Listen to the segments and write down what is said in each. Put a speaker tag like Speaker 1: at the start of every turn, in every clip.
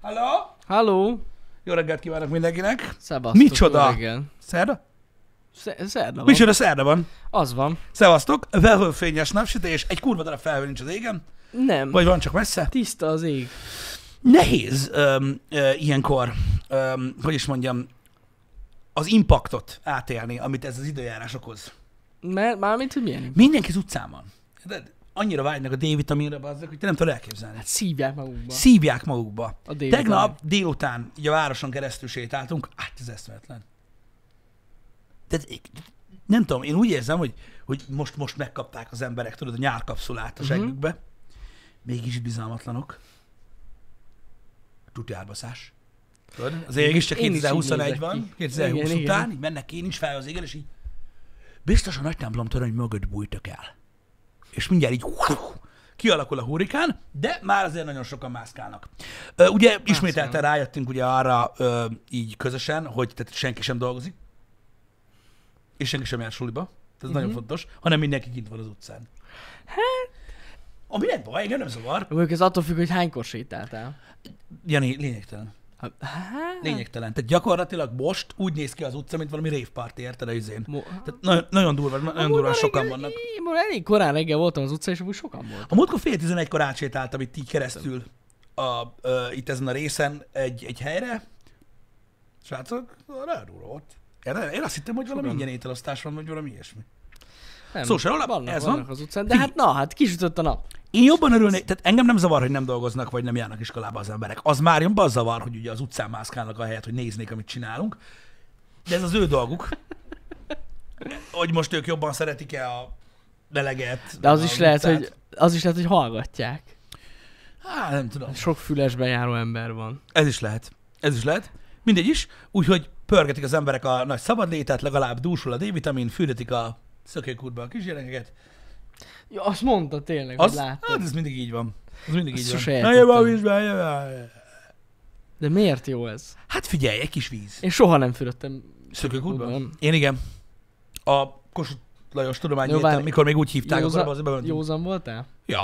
Speaker 1: Halló?
Speaker 2: Halló!
Speaker 1: Jó reggelt kívánok mindenkinek!
Speaker 2: Szevasztok,
Speaker 1: Micsoda?
Speaker 2: Igen.
Speaker 1: Szerda?
Speaker 2: Szerda van.
Speaker 1: Micsoda szerda van?
Speaker 2: Az van.
Speaker 1: Szevasztok! Felhőfényes napsütés, egy kurva darab felhő nincs az égen,
Speaker 2: Nem. Vagy...
Speaker 1: vagy van csak messze.
Speaker 2: Tiszta az ég.
Speaker 1: Nehéz öm, ö, ilyenkor, öm, hogy is mondjam, az impaktot átélni, amit ez az időjárás okoz.
Speaker 2: Mert mármint, hogy milyen?
Speaker 1: Mindenki az utcán van. De annyira vágynak a D-vitaminra, bazzak, hogy te nem tudod elképzelni.
Speaker 2: Hát szívják magukba.
Speaker 1: Szívják magukba.
Speaker 2: A D-vitamin.
Speaker 1: Tegnap délután így a városon keresztül sétáltunk, hát ez eszméletlen. Tehát í- nem tudom, én úgy érzem, hogy, hogy most, most megkapták az emberek, tudod, a nyárkapszulát a
Speaker 2: Mhm.
Speaker 1: seggükbe. Uh-huh. Mégis bizalmatlanok. Tudjárbaszás. Tudod? Az ég is csak
Speaker 2: Én is így
Speaker 1: 2021
Speaker 2: nézek
Speaker 1: van,
Speaker 2: ki.
Speaker 1: 2020
Speaker 2: Igen,
Speaker 1: igen,
Speaker 2: igen.
Speaker 1: után, így mennek ki, nincs fel az égen, és így biztos a nagy templom torony mögött bújtak el. És mindjárt így kialakul a hurrikán, de már azért nagyon sokan mászkálnak. Ö, ugye ismételten rájöttünk ugye arra ö, így közösen, hogy tehát senki sem dolgozik, és senki sem jár suliba, tehát ez nagyon fontos, hanem mindenki kint van az utcán. Hát... Ami nem baj, engem nem zavar.
Speaker 2: Mondjuk ez attól függ, hogy hánykor sétáltál.
Speaker 1: Jani, lényegtelen.
Speaker 2: Hát, hát.
Speaker 1: Lényegtelen. Tehát gyakorlatilag most úgy néz ki az utca, mint valami rave party, érted a izén.
Speaker 2: Mo-
Speaker 1: Tehát nagyon, nagyon durva, nagyon durva sokan vannak.
Speaker 2: Én ma elég korán reggel voltam az utcán, és úgy sokan volt.
Speaker 1: A múltkor fél tizenegykor átsétáltam itt így keresztül a, ö, itt ezen a részen egy, egy helyre. Srácok, nagyon durva volt. Én, én azt hittem, hogy valami ingyen ételosztás van, vagy valami ilyesmi.
Speaker 2: Nem.
Speaker 1: Szó se róla,
Speaker 2: vannak,
Speaker 1: Szóval ez van.
Speaker 2: vannak az utcán, de hát na, hát kisütött a nap.
Speaker 1: Én jobban örülnék, tehát engem nem zavar, hogy nem dolgoznak, vagy nem járnak iskolába az emberek. Az már jön, az zavar, hogy ugye az utcán mászkálnak a helyet, hogy néznék, amit csinálunk. De ez az ő dolguk. Hogy most ők jobban szeretik-e a deleget.
Speaker 2: De az
Speaker 1: a
Speaker 2: is lehet,
Speaker 1: utcát.
Speaker 2: hogy, az is lehet, hogy hallgatják.
Speaker 1: Há, nem tudom.
Speaker 2: Sok fülesben járó ember van.
Speaker 1: Ez is lehet. Ez is lehet. Mindegy is. Úgyhogy pörgetik az emberek a nagy szabadlétet, legalább dúsul a D-vitamin, fürdetik a szökőkútba a kisgyerekeket.
Speaker 2: Ja, azt mondta tényleg,
Speaker 1: Az,
Speaker 2: hogy láttad.
Speaker 1: hát ez mindig így van. Ez mindig
Speaker 2: Azt
Speaker 1: így van.
Speaker 2: sose
Speaker 1: Na,
Speaker 2: értettem.
Speaker 1: jövő a vízbe, jövő a-
Speaker 2: De miért jó ez?
Speaker 1: Hát figyelj, egy kis víz.
Speaker 2: Én soha nem fürödtem
Speaker 1: Szökőkútban?
Speaker 2: Tudom.
Speaker 1: Én igen. A Kossuth Lajos tudományi
Speaker 2: Jó,
Speaker 1: egyetem,
Speaker 2: várj.
Speaker 1: mikor még úgy hívták,
Speaker 2: Józa-
Speaker 1: akkor az bementünk.
Speaker 2: Józan voltál?
Speaker 1: Ja.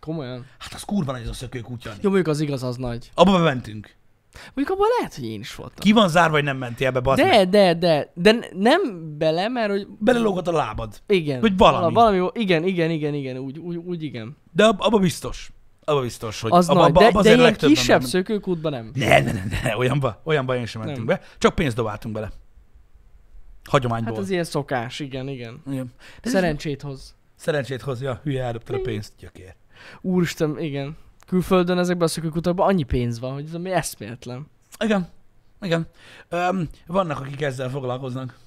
Speaker 2: Komolyan?
Speaker 1: Hát az kurva nagy az a szökőkút, Jani.
Speaker 2: Jó, mondjuk az igaz, az nagy.
Speaker 1: Abba bementünk.
Speaker 2: Mondjuk abban lehet, hogy én is voltam.
Speaker 1: Ki van zárva, hogy nem mentél ebbe, bazd meg.
Speaker 2: De, de, de, de n- nem bele, mert hogy
Speaker 1: Belelógott a lábad.
Speaker 2: igen.
Speaker 1: Hogy valami.
Speaker 2: Vala- valami igen, igen, igen, igen, úgy, úgy, úgy igen.
Speaker 1: De ab- abba biztos. Abba biztos, hogy
Speaker 2: Az
Speaker 1: abba,
Speaker 2: nagy,
Speaker 1: abba,
Speaker 2: de,
Speaker 1: abba
Speaker 2: de
Speaker 1: azért
Speaker 2: ilyen
Speaker 1: legtöbben
Speaker 2: kisebb
Speaker 1: benne-
Speaker 2: szökőkútban nem.
Speaker 1: Ne, ne, ne, ne, olyanba, olyanba én sem mentünk be. Csak pénzt dobáltunk bele. Hagyományból.
Speaker 2: Hát
Speaker 1: Hát
Speaker 2: ez ilyen szokás, igen, igen.
Speaker 1: igen. Ez Szeren...
Speaker 2: Szerencsét hoz.
Speaker 1: Szerencsét hozja, hülye eldobtad a pénzt, gyökér.
Speaker 2: Úristen, igen. Külföldön ezekben a szökőkutakban annyi pénz van, hogy ez ami eszméletlen.
Speaker 1: Igen, igen. Öm, vannak, akik ezzel foglalkoznak.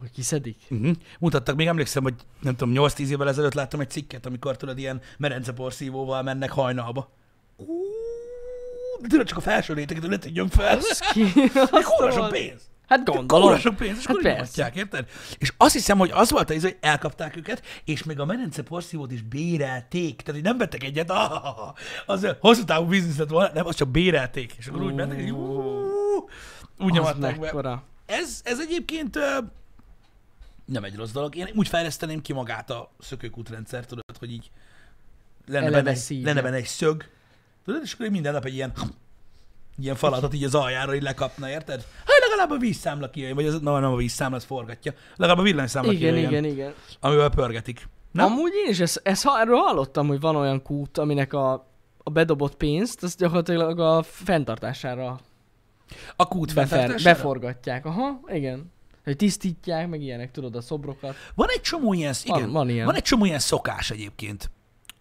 Speaker 2: Hogy kiszedik.
Speaker 1: Uh-huh. Mutattak, még emlékszem, hogy nem tudom, 8-10 évvel ezelőtt láttam egy cikket, amikor tudod, ilyen merenceporszívóval mennek hajnalba. Ú, De tudod, csak a felső réteget ne tudjon fel.
Speaker 2: Ki?
Speaker 1: De kurva
Speaker 2: Azt
Speaker 1: sok
Speaker 2: mondod.
Speaker 1: pénz.
Speaker 2: Hát
Speaker 1: Kurva
Speaker 2: gondolom.
Speaker 1: sok pénz, és
Speaker 2: Hát
Speaker 1: akkor
Speaker 2: persze.
Speaker 1: hát érted? És azt hiszem, hogy az volt az, hogy elkapták őket, és még a merence porszívót is bérelték. Tehát, hogy nem vettek egyet, ah, az hosszú távú biznisz lett volna, nem, az csak bérelték. És akkor úgy mentek, hogy ú, úgy
Speaker 2: Az
Speaker 1: nyomatták be.
Speaker 2: mekkora.
Speaker 1: Ez, ez egyébként ö, nem egy rossz dolog. Én úgy fejleszteném ki magát a szökőkútrendszer, tudod, hogy így lenne
Speaker 2: Eleve
Speaker 1: benne, egy,
Speaker 2: szívja.
Speaker 1: lenne benne egy szög, tudod, és akkor így minden nap egy ilyen ilyen falatot így az aljára így lekapna, érted? Hát legalább a vízszámla kijöjjön, vagy az, na, nem a vízszámla, az forgatja. Legalább a villanyszámla
Speaker 2: Igen,
Speaker 1: kijöjjön,
Speaker 2: igen, igen.
Speaker 1: amivel pörgetik.
Speaker 2: Nem?
Speaker 1: Nem?
Speaker 2: Amúgy én is ezt, ezt, ha- erről hallottam, hogy van olyan kút, aminek a, a bedobott pénzt, azt gyakorlatilag a fenntartására
Speaker 1: A kút
Speaker 2: befer,
Speaker 1: fenntartására?
Speaker 2: beforgatják. Aha, igen. Hogy tisztítják, meg ilyenek, tudod, a szobrokat.
Speaker 1: Van egy csomó ilyen, igen,
Speaker 2: Van, van ilyen.
Speaker 1: Van egy csomó ilyen szokás egyébként,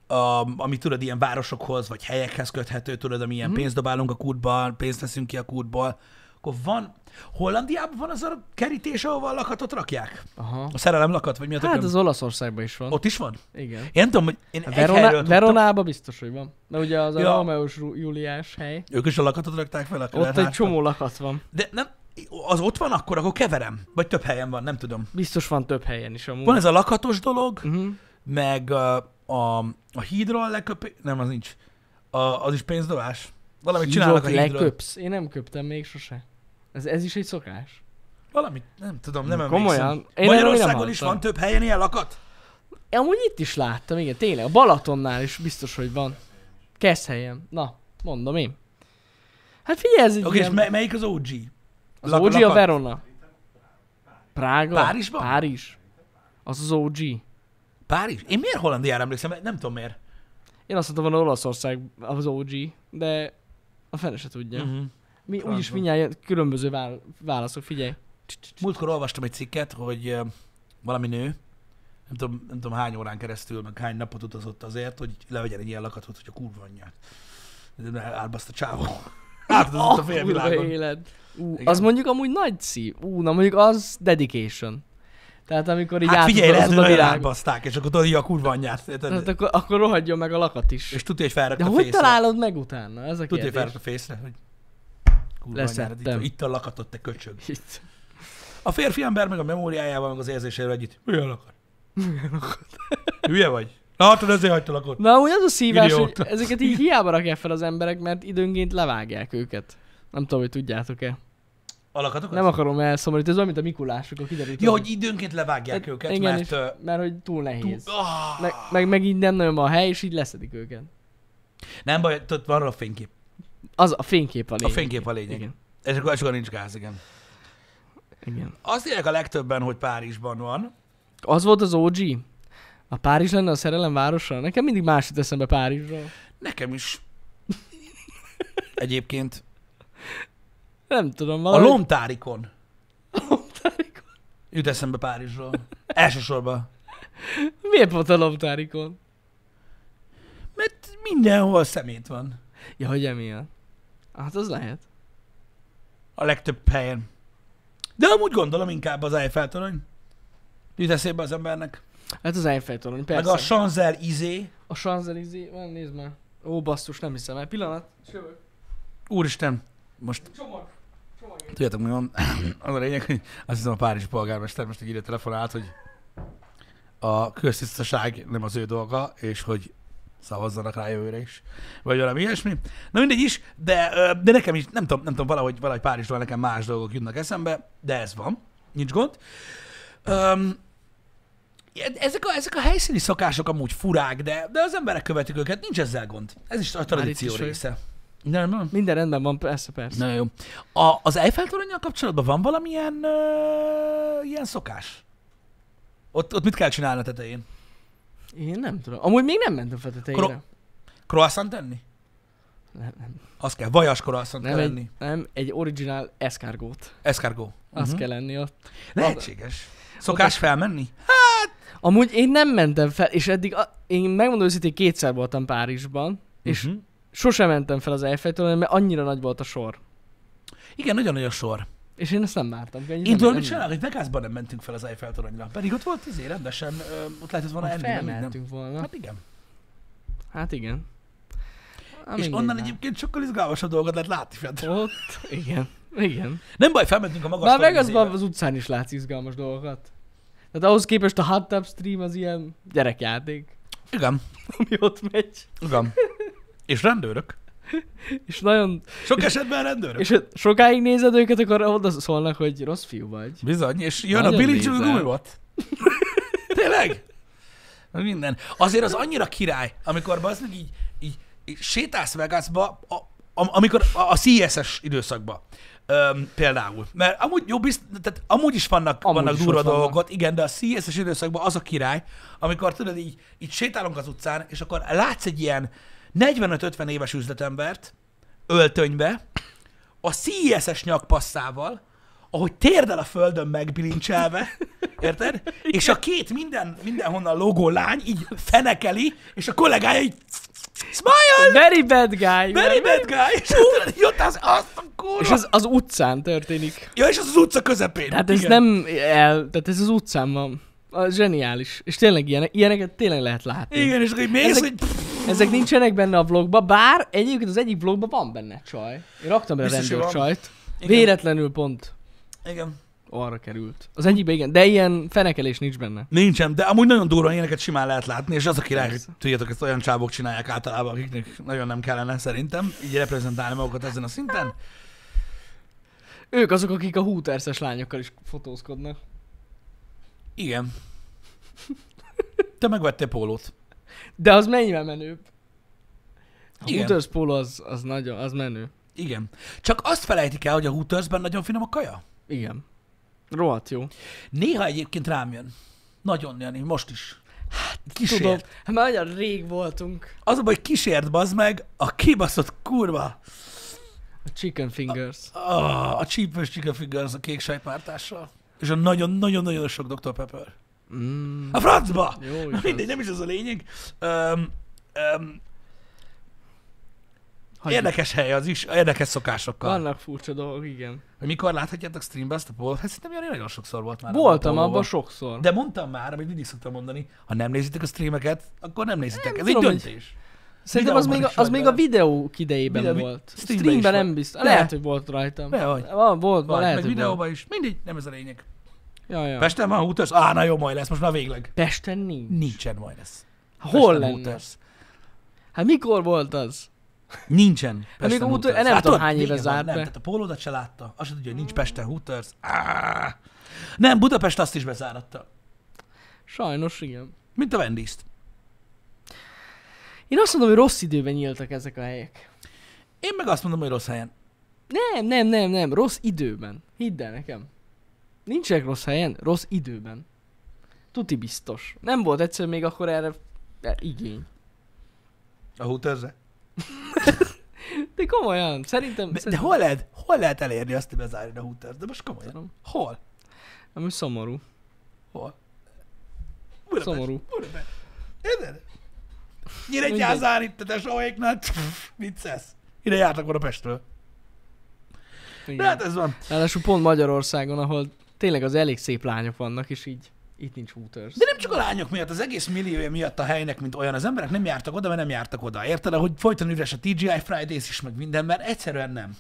Speaker 1: a, ami tudod, ilyen városokhoz, vagy helyekhez köthető, tudod, amilyen mm.
Speaker 2: Mhm.
Speaker 1: pénzt dobálunk a kútba, pénzt teszünk ki a kútból. Akkor van, Hollandiában van az a kerítés, ahova a lakatot rakják?
Speaker 2: Aha.
Speaker 1: A szerelem lakat, vagy mi a
Speaker 2: Hát
Speaker 1: tököm?
Speaker 2: az Olaszországban is van.
Speaker 1: Ott is van?
Speaker 2: Igen.
Speaker 1: Én nem tudom, hogy én
Speaker 2: A
Speaker 1: egy helyről
Speaker 2: Verona,
Speaker 1: tudtam.
Speaker 2: Veronában biztos, hogy van. Mert ugye az
Speaker 1: Ja.
Speaker 2: a Rómeus Juliás hely.
Speaker 1: Ők is a lakatot rakták fel? akkor
Speaker 2: Ott egy
Speaker 1: elhártak.
Speaker 2: csomó lakat van.
Speaker 1: De nem, az ott van akkor, akkor keverem. Vagy több helyen van, nem tudom.
Speaker 2: Biztos van több helyen is amúgy.
Speaker 1: Van ez a lakatos dolog,
Speaker 2: Uh-huh.
Speaker 1: meg a, a, a hídról leköpés, nem, az nincs. A, az is pénzdobás. Valamit csinálnak a hídról.
Speaker 2: leköpsz. Én nem köptem még sose. Ez, ez is egy szokás.
Speaker 1: Valamit, nem tudom, nem
Speaker 2: Komolyan?
Speaker 1: emlékszem.
Speaker 2: Én erről
Speaker 1: Magyarországon
Speaker 2: nem
Speaker 1: is van
Speaker 2: hallottam.
Speaker 1: több helyen ilyen lakat?
Speaker 2: Amúgy itt is láttam, igen, tényleg. A Balatonnál is biztos, hogy van. Keszhelyen. Na, mondom én. Hát figyelj, ez egy
Speaker 1: Oké, és
Speaker 2: ilyen...
Speaker 1: me- melyik az OG?
Speaker 2: Az
Speaker 1: Laka-
Speaker 2: OG a
Speaker 1: Laka-
Speaker 2: Verona. Prága?
Speaker 1: Párizsban?
Speaker 2: Párizs. Az az OG.
Speaker 1: Párizs? Én miért Hollandiára emlékszem? Nem tudom miért.
Speaker 2: Én azt mondtam, volna Olaszország az OG, de a fene se tudja.
Speaker 1: Mhm.
Speaker 2: Mi
Speaker 1: Francba.
Speaker 2: úgyis mindjárt jön- különböző vál- válaszok, figyelj.
Speaker 1: Múltkor olvastam egy cikket, hogy ö, valami nő, nem tudom, nem tudom hány órán keresztül, meg hány napot utazott azért, hogy levegyen egy ilyen lakatot, hogy a kurva anyját. De Árbaszt a csávó. Átadott a
Speaker 2: Ah, kurva
Speaker 1: félvilágon.
Speaker 2: élet. Ú,
Speaker 1: Igen.
Speaker 2: az mondjuk amúgy nagy szív. Ú, na mondjuk az dedication. Tehát amikor így
Speaker 1: Hát figyelj, lehet,
Speaker 2: átutazod
Speaker 1: hogy
Speaker 2: a
Speaker 1: nagyon
Speaker 2: világ.
Speaker 1: árbaszták, és akkor tudod, így a kurva anyját. érted?
Speaker 2: Tehát akkor, akkor rohadjon meg a lakat is.
Speaker 1: És tudja, hogy felrakta
Speaker 2: De
Speaker 1: a
Speaker 2: hogy
Speaker 1: fészre.
Speaker 2: találod meg utána? Ez a
Speaker 1: Tudja, hogy
Speaker 2: kérdés.
Speaker 1: felrakta a fészre, hogy kurva
Speaker 2: Leszettem.
Speaker 1: anyád, itt, a- itt a lakatot, te köcsög.
Speaker 2: Itt.
Speaker 1: A férfi ember meg a memóriájával, meg az érzésével együtt. Hülye lakat. Hülye vagy? hát, Látod, ezért hagytalak ott.
Speaker 2: Na, úgy az a szívás, hogy
Speaker 1: Idióta.
Speaker 2: ezeket így hiába rakják fel az emberek, mert időnként levágják őket. Nem tudom, hogy tudjátok-e.
Speaker 1: A lakatokat?
Speaker 2: Nem akarom elszomorítani, ez olyan, mint a Mikulások, a kiderült.
Speaker 1: Ja, hogy időnként levágják
Speaker 2: Tehát
Speaker 1: őket,
Speaker 2: Hát, igen,
Speaker 1: mert...
Speaker 2: és-
Speaker 1: ö,
Speaker 2: Mert hogy túl nehéz.
Speaker 1: Túl, ah,
Speaker 2: Meg, meg, meg, így nem nagyon van hely, és így leszedik őket.
Speaker 1: Nem baj, tudod, van róla fénykép.
Speaker 2: Az a fénykép a
Speaker 1: A
Speaker 2: lényeg.
Speaker 1: fénykép a lényeg.
Speaker 2: Igen.
Speaker 1: És akkor, és akkor nincs gáz, igen.
Speaker 2: Igen.
Speaker 1: Azt írják a legtöbben, hogy Párizsban van.
Speaker 2: Az volt az OG? A Párizs lenne a szerelem városa? Nekem mindig más jut eszembe Párizsról.
Speaker 1: Nekem is. Egyébként.
Speaker 2: Nem tudom,
Speaker 1: A
Speaker 2: valahogy...
Speaker 1: lomtárikon
Speaker 2: lomtárikon.
Speaker 1: jut eszembe Párizsról. Elsősorban.
Speaker 2: Miért volt a lomtárikon?
Speaker 1: Mert mindenhol szemét van.
Speaker 2: Ja, hogy emiatt. Hát az lehet.
Speaker 1: A legtöbb helyen. De amúgy gondolom inkább az Eiffel torony. Jut eszébe az embernek.
Speaker 2: Hát az Eiffel torony,
Speaker 1: Persze.
Speaker 2: persze.
Speaker 1: Meg a Sanzel izé.
Speaker 2: A Sanzelizé, van, nézd már. Ó, basszus, nem hiszem el. Pillanat. Sövök.
Speaker 1: Úristen, most
Speaker 2: Csomag. Csomag.
Speaker 1: Tudjátok, mi van? Az a lényeg, hogy azt hiszem a Párizsi polgármester most így ide telefonált, hogy a köztisztaság nem az ő dolga, és hogy szavazzanak rá jövőre is, vagy valami ilyesmi. Na mindegy is, de, ö, de nekem is, nem tudom, nem tudom valahogy, valahogy Párizsról nekem más dolgok jutnak eszembe, de ez van, nincs gond. Um, ezek a, ezek a helyszíni szokások amúgy furák, de, de az emberek követik őket, nincs ezzel gond. Ez is a tradíció
Speaker 2: is vagy.
Speaker 1: része. Nem, nem.
Speaker 2: Minden rendben van, persze, persze.
Speaker 1: Na jó. A, az Eiffel toronyjal kapcsolatban van valamilyen ö, ilyen szokás? Ott, ott mit kell csinálni a tetején?
Speaker 2: Én nem tudom. Amúgy még nem mentem fel tetejére.
Speaker 1: Kro- Croissant tenni?
Speaker 2: Nem, nem.
Speaker 1: Az kell, vajas croissant
Speaker 2: Nem
Speaker 1: kell lenni.
Speaker 2: egy, nem, egy originál escargot.
Speaker 1: Escargot. Mhm.
Speaker 2: Azt kell lenni ott.
Speaker 1: Lehetséges. Szokás felmenni?
Speaker 2: Amúgy én nem mentem fel, és eddig, a, én megmondom őszintén, kétszer voltam Párizsban, és
Speaker 1: Mhm.
Speaker 2: sosem mentem fel az Eiffel torony, mert annyira nagy volt a sor.
Speaker 1: Igen, nagyon nagy a sor.
Speaker 2: És én ezt nem vártam.
Speaker 1: Én tudom, mit csinálok, hogy Vegasban nem mentünk fel az Eiffel toronyra. Pedig ott volt izé, rendesen, ö, ott lehetett volna enni, nem, így nem.
Speaker 2: Felmehetünk volna.
Speaker 1: Hát igen.
Speaker 2: Hát igen. Há,
Speaker 1: és
Speaker 2: mindegy
Speaker 1: onnan
Speaker 2: már.
Speaker 1: egyébként sokkal izgalmasabb dolgot lehet látni fent.
Speaker 2: Ott, igen, igen.
Speaker 1: Nem baj, felmentünk a magas
Speaker 2: Már
Speaker 1: torony
Speaker 2: Vegasban
Speaker 1: izébe.
Speaker 2: az utcán is látsz izgalmas dolgokat. Tehát ahhoz képest a hot tub stream az ilyen gyerekjáték,
Speaker 1: Igen,
Speaker 2: ami ott megy.
Speaker 1: igen. És rendőrök.
Speaker 2: És nagyon...
Speaker 1: Sok esetben rendőrök.
Speaker 2: És ha sokáig nézed őket, akkor oda szólnak, hogy rossz fiú vagy.
Speaker 1: Bizony, és jön
Speaker 2: Nagyon
Speaker 1: a Billy Joel
Speaker 2: nézel.
Speaker 1: gumibot. Tényleg? Meg Minden. Azért az annyira király, amikor az így, így, így sétálsz Vegasba, a, am- amikor a, a CSS időszakba Öm, például. Mert amúgy, jó, bizt, tehát amúgy is vannak,
Speaker 2: Amúgy
Speaker 1: amúgy vannak
Speaker 2: is
Speaker 1: is durva
Speaker 2: ott vannak.
Speaker 1: dolgok, igen, de a CSS időszakban az a király, amikor tudod, így, így sétálunk az utcán, és akkor látsz egy ilyen 45-50 éves üzletembert öltönybe, a CSS nyakpasszával, ahogy térdel a földön megbilincselve, érted? És a két minden, mindenhonnan logó lány így fenekeli, és a kollégája így smile,
Speaker 2: Very bad guy.
Speaker 1: very bad guy, és tudod, így ott az, azt a
Speaker 2: És
Speaker 1: kurva.
Speaker 2: az, az utcán történik.
Speaker 1: Ja, és az az utca közepén.
Speaker 2: Tehát ez
Speaker 1: Igen.
Speaker 2: nem el, tehát ez az utcán van. A, zseniális. És tényleg ilyenek, ilyeneket tényleg lehet látni.
Speaker 1: Igen, és akkor így mész,
Speaker 2: Ezek-
Speaker 1: hogy pff,
Speaker 2: Ezek nincsenek benne a vlogba, bár egyébként az egyik vlogba van benne csaj. Én raktam bele
Speaker 1: Biztos, hogy
Speaker 2: rendőrcsajt.
Speaker 1: Igen.
Speaker 2: Véletlenül pont
Speaker 1: Igen.
Speaker 2: arra került. Az egyikben igen, de ilyen fenekelés nincs benne.
Speaker 1: Nincsen, de amúgy nagyon durva ilyeneket simán lehet látni, és az a király, hogy
Speaker 2: Persze.
Speaker 1: tudjátok, ezt olyan csávok csinálják általában, akiknek nagyon nem kellene szerintem, így reprezentálni magukat ezen a szinten.
Speaker 2: Ők azok, akik a húterszes lányokkal is fotózkodnak.
Speaker 1: Igen. Te megvettél pólót.
Speaker 2: De az mennyivel menőbb? A
Speaker 1: Igen.
Speaker 2: Hooters póló az, az nagyon, az menő.
Speaker 1: Igen. Csak azt felejtik el, hogy a Hootersben nagyon finom a kaja.
Speaker 2: Igen. Rohadt jó.
Speaker 1: Néha egyébként rám jön. Nagyon, Jani, most is. Hát, kísért.
Speaker 2: Tudom, hát már nagyon rég voltunk
Speaker 1: Az a baj, kísért, bazd meg, a kibaszott kurva,
Speaker 2: a Chicken Fingers.
Speaker 1: Ah, a csípős chicken fingers a kék sajtmártással. És a nagyon-nagyon-nagyon sok Dr. Pepper.
Speaker 2: Mm,
Speaker 1: A francba!
Speaker 2: jó
Speaker 1: Na
Speaker 2: is
Speaker 1: mindegy,
Speaker 2: az.
Speaker 1: nem is ez a lényeg. Öm, öm,
Speaker 2: Hagyjuk.
Speaker 1: érdekes hely az is, érdekes szokásokkal.
Speaker 2: Vannak furcsa dolgok, igen.
Speaker 1: Hogy mikor láthatjátok streambe ezt a pólót? Hát szerintem Jani nagyon sokszor volt már.
Speaker 2: Voltam
Speaker 1: abban a
Speaker 2: abban
Speaker 1: pólóban.
Speaker 2: sokszor.
Speaker 1: De mondtam már, amit mindig szoktam mondani, ha nem nézitek a streameket, akkor nem nézitek.
Speaker 2: Nem
Speaker 1: ez egy
Speaker 2: tudom, hogy
Speaker 1: döntés.
Speaker 2: Szerintem az
Speaker 1: videóban
Speaker 2: még,
Speaker 1: is
Speaker 2: az
Speaker 1: vagy
Speaker 2: még a
Speaker 1: benne.
Speaker 2: videó idejében
Speaker 1: Videó-
Speaker 2: volt.
Speaker 1: streamben
Speaker 2: Streamben,
Speaker 1: is
Speaker 2: nem
Speaker 1: van.
Speaker 2: biztos.
Speaker 1: De.
Speaker 2: Lehet, hogy volt rajtam.
Speaker 1: Dehogy.
Speaker 2: Van, volt, van,
Speaker 1: Van,
Speaker 2: lehet,
Speaker 1: meg
Speaker 2: hogy volt.
Speaker 1: videóban is. Mindegy, nem ez a lényeg.
Speaker 2: Ja, ja.
Speaker 1: Pesten van Hooters? Á, na jó, majd lesz, most már végleg.
Speaker 2: Pesten nincs.
Speaker 1: Nincsen majd lesz.
Speaker 2: Hol
Speaker 1: Pesten
Speaker 2: lenne?
Speaker 1: Hooters.
Speaker 2: Hát mikor volt az?
Speaker 1: Nincsen. Pesten
Speaker 2: még a Hooters-
Speaker 1: Hooters.
Speaker 2: nem
Speaker 1: Hát
Speaker 2: tudom,
Speaker 1: tudod,
Speaker 2: hány éve
Speaker 1: igen, van,
Speaker 2: zárt
Speaker 1: Nem,
Speaker 2: be.
Speaker 1: tehát a pólódat se látta. Azt se tudja, hogy nincs Pesten Hooters. Á. Nem, Budapest azt is bezáratta.
Speaker 2: Sajnos, igen.
Speaker 1: Mint a Wendy's-t.
Speaker 2: Én azt mondom, hogy rossz időben nyíltak ezek a helyek.
Speaker 1: Én meg azt mondom, hogy rossz helyen.
Speaker 2: Nem, nem, nem, nem. Rossz időben. Hidd el nekem. Nincsenek rossz helyen, rossz időben. Tuti biztos. Nem volt egyszerűen még akkor erre eh, igény.
Speaker 1: A hooters de,
Speaker 2: De komolyan, szerintem...
Speaker 1: de,
Speaker 2: szerintem...
Speaker 1: hol, lehet, hol lehet elérni azt, hogy bezárjon a hooters De most komolyan.
Speaker 2: Tudom.
Speaker 1: Hol?
Speaker 2: Ami szomorú.
Speaker 1: Hol? Budapest.
Speaker 2: Szomorú.
Speaker 1: Budapest. Érted?
Speaker 2: Mindegy.
Speaker 1: Nyíregyházán itt a tesóéknál. Vicces. Ide jártak volna Pestről. De
Speaker 2: Igen.
Speaker 1: hát ez van.
Speaker 2: Ráadásul pont Magyarországon, ahol tényleg az elég szép lányok vannak, és így itt nincs Hooters.
Speaker 1: De nem csak a lányok miatt, az egész milliója miatt a helynek, mint olyan. Az emberek nem jártak oda, mert nem jártak oda. Érted, hogy folyton üres a TGI Fridays is, meg minden, mert egyszerűen nem.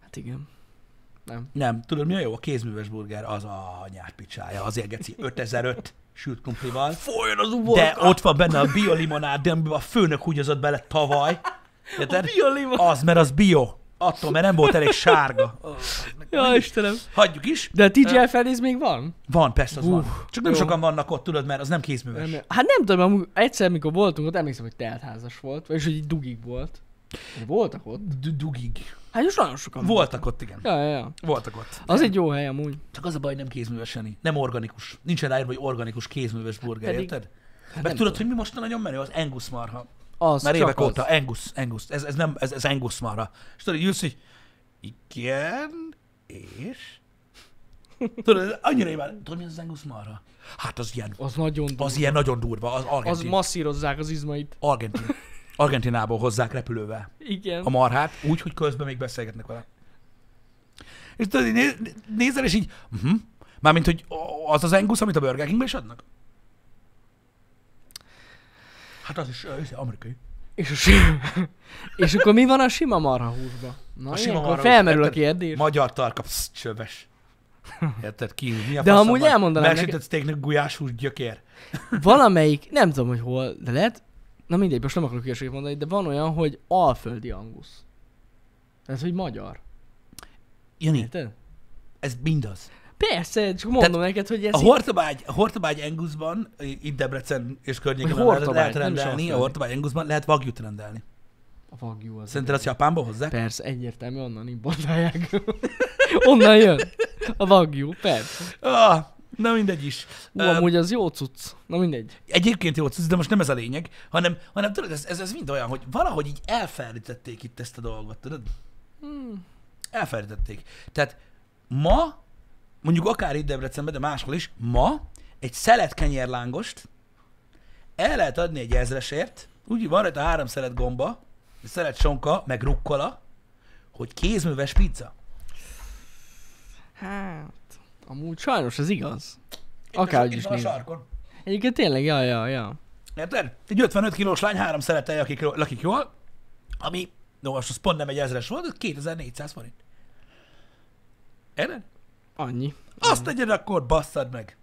Speaker 2: Hát igen.
Speaker 1: Nem. Tudod, mi a jó? A kézműves burger az a anyát picsája. Azért geci 5005 sült krumplival.
Speaker 2: Folyjon az
Speaker 1: De
Speaker 2: uborka!
Speaker 1: ott van benne a biolimonád, amiben a főnök húgyozott bele tavaly. Érted?
Speaker 2: Biolima!
Speaker 1: Az, mert az bio. Attól, mert nem volt elég sárga. Ö,
Speaker 2: Ja, Istenem.
Speaker 1: Hagyjuk is.
Speaker 2: De a TGI Fridays még van?
Speaker 1: Van, persze az van.
Speaker 2: Uff,
Speaker 1: Csak nem
Speaker 2: jó.
Speaker 1: sokan vannak ott, tudod, mert az nem kézműves.
Speaker 2: Nem, hát nem tudom, amúgy egyszer, mikor voltunk ott, emlékszem, hogy teltházas volt, vagyis hogy így dugig volt. De voltak ott?
Speaker 1: D- Dugig.
Speaker 2: Hát most nagyon sokan
Speaker 1: Voltak ott, igen.
Speaker 2: voltak. Ja, ja, ja.
Speaker 1: Voltak ott.
Speaker 2: Az egy jó hely amúgy.
Speaker 1: Csak az a baj, nem kézműves, Jani. Nem organikus. Nincsen ráírva, hogy organikus kézműves burger,
Speaker 2: Pedig-
Speaker 1: érted?
Speaker 2: Hát
Speaker 1: Mert
Speaker 2: nem
Speaker 1: tudod, hogy mi most nagyon menő? Az Angus marha.
Speaker 2: Az
Speaker 1: Már
Speaker 2: csak
Speaker 1: évek
Speaker 2: az.
Speaker 1: óta. Angus, Angus. Ez, ez nem, ez, ez Angus marha. És tudod, így ülsz, hogy igen, és? Tudod, ez annyira imádom. Tudod, mi az az Angus marha? Hát az ilyen,
Speaker 2: Az nagyon durva.
Speaker 1: az ilyen nagyon durva, az
Speaker 2: Az
Speaker 1: argentin.
Speaker 2: masszírozzák az izmait.
Speaker 1: argentin. Argentinából hozzák repülővel
Speaker 2: Igen.
Speaker 1: a marhát, úgy, hogy közben még beszélgetnek vele. És tudod, így néz, nézel, és így, uh-huh. mármint, hogy az az Angus, amit a Burger Kingben is adnak? Hát az is, ö, ez amerikai.
Speaker 2: És, a sima... és akkor mi van a sima marhahúsba? Na,
Speaker 1: A sima
Speaker 2: a sima
Speaker 1: marhahús,
Speaker 2: felmerül a
Speaker 1: érted?
Speaker 2: kérdés.
Speaker 1: Magyar tarka, psz, csöves. Érted, ki, mi a
Speaker 2: De
Speaker 1: faszom
Speaker 2: amúgy
Speaker 1: van?
Speaker 2: elmondanám neked-
Speaker 1: Megsütött steaknek gulyáshús gyökér.
Speaker 2: Valamelyik, nem tudom, hogy hol, de lehet, na mindegy, most nem akarok hülyeséget mondani, de van olyan, hogy alföldi angusz. Tehát, hogy magyar.
Speaker 1: Jani,
Speaker 2: Érted?
Speaker 1: ez mindaz.
Speaker 2: Persze, csak mondom neked, hogy ez
Speaker 1: A
Speaker 2: így-
Speaker 1: hortobágy, a hortobágy Engusban, itt Debrecen és környéken
Speaker 2: Vagy
Speaker 1: lehet,
Speaker 2: hortobágy,
Speaker 1: lehet
Speaker 2: nem is
Speaker 1: rendelni, a
Speaker 2: alföldi.
Speaker 1: hortobágy Engusban lehet vagyút rendelni.
Speaker 2: A vagyú az.
Speaker 1: Szerinted azt Japánból hozzák?
Speaker 2: Persze, egyértelmű, onnan importálják. onnan jön. A vagyú, persze.
Speaker 1: Ah, na mindegy is.
Speaker 2: Ú,
Speaker 1: Ö,
Speaker 2: amúgy az jó cucc. Na mindegy.
Speaker 1: Egyébként jó cucc, de most nem ez a lényeg, hanem, hanem tudod, ez, ez, ez mind olyan, hogy valahogy így elfelejtették itt ezt a dolgot, tudod? Elfelejtették. Tehát ma, mondjuk akár itt Debrecenben, de máshol is, ma egy szelet kenyérlángost el lehet adni egy ezresért, úgy van rajta három szelet gomba, egy szelet sonka, meg rukkola, hogy kézműves pizza.
Speaker 2: Hát, amúgy sajnos ez igaz. Akárhogy
Speaker 1: Itt
Speaker 2: is
Speaker 1: van a
Speaker 2: nézd.
Speaker 1: sarkon.
Speaker 2: Egyébként tényleg, ja, ja, ja.
Speaker 1: Érted? Egy 55 kilós lány három szeretelje, akik, lakik jól, ami, no, most az pont nem egy ezres volt, az 2400 forint. Érted?
Speaker 2: Annyi.
Speaker 1: Azt tegyed akkor, basszad meg.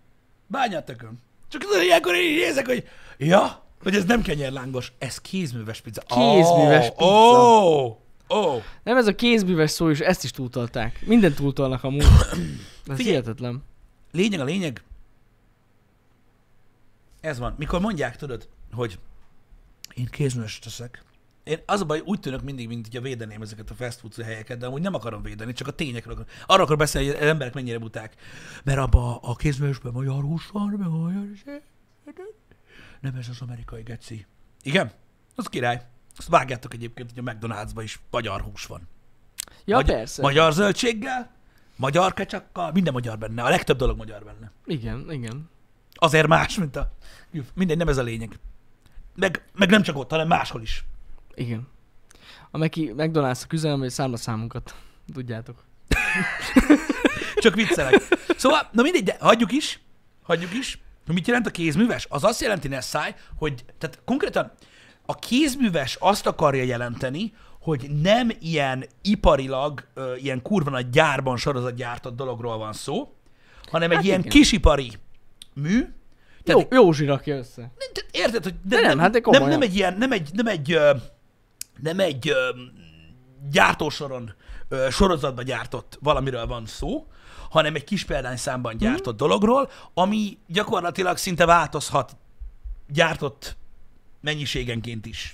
Speaker 1: Bányatököm. Csak tudod, ilyenkor én így nézek, hogy ja, hogy ez nem kenyérlángos, ez kézműves pizza.
Speaker 2: Kézműves
Speaker 1: Ó,
Speaker 2: pizza.
Speaker 1: Ó, ó.
Speaker 2: Nem ez a kézműves szó is, ezt is túltolták. Mindent túltolnak amúgy. Ez
Speaker 1: Figyelj.
Speaker 2: hihetetlen.
Speaker 1: Lényeg a lényeg. Ez van. Mikor mondják, tudod, hogy én kézműves teszek, Én az a baj, úgy tűnök mindig, mint hogyha védeném ezeket a fast food helyeket, de amúgy nem akarom védeni, csak a tényekről akarom. Arra akarok beszélni, hogy az emberek mennyire buták. Mert abban a kézművesben magyar hús van, meg olyan is. Nem ez az amerikai geci. Igen? Az király. Azt vágjátok egyébként, hogy a McDonald'sban is magyar hús van.
Speaker 2: Ja,
Speaker 1: magyar,
Speaker 2: persze.
Speaker 1: Magyar zöldséggel, magyar kecsakkal, minden magyar benne. A legtöbb dolog magyar benne.
Speaker 2: Igen, igen.
Speaker 1: Azért más, mint a... Mindegy, nem ez a lényeg. Meg, meg nem csak ott, hanem máshol is.
Speaker 2: Igen. A Meki McDonald's a küzdelem, hogy számla számunkat. Tudjátok.
Speaker 1: Csak viccelek. Szóval, na mindegy, de hagyjuk is, hagyjuk is. Mit jelent a kézműves? Az azt jelenti, Nessai, hogy tehát konkrétan a kézműves azt akarja jelenteni, hogy nem ilyen iparilag, ö, ilyen kurva nagy gyárban sorozatgyártott dologról van szó, hanem egy
Speaker 2: Hát
Speaker 1: ilyen
Speaker 2: igen.
Speaker 1: kisipari mű.
Speaker 2: Jó,
Speaker 1: Tehát
Speaker 2: Józsi rakja össze.
Speaker 1: Te- Érted, hogy
Speaker 2: De nem, hát de
Speaker 1: nem,
Speaker 2: komolyan.
Speaker 1: nem egy ilyen, nem egy, nem egy, ö, nem egy ö, gyártósoron, ö, sorozatba gyártott valamiről van szó, hanem egy kis példányszámban
Speaker 2: Mhm.
Speaker 1: gyártott dologról, ami gyakorlatilag szinte változhat gyártott mennyiségenként is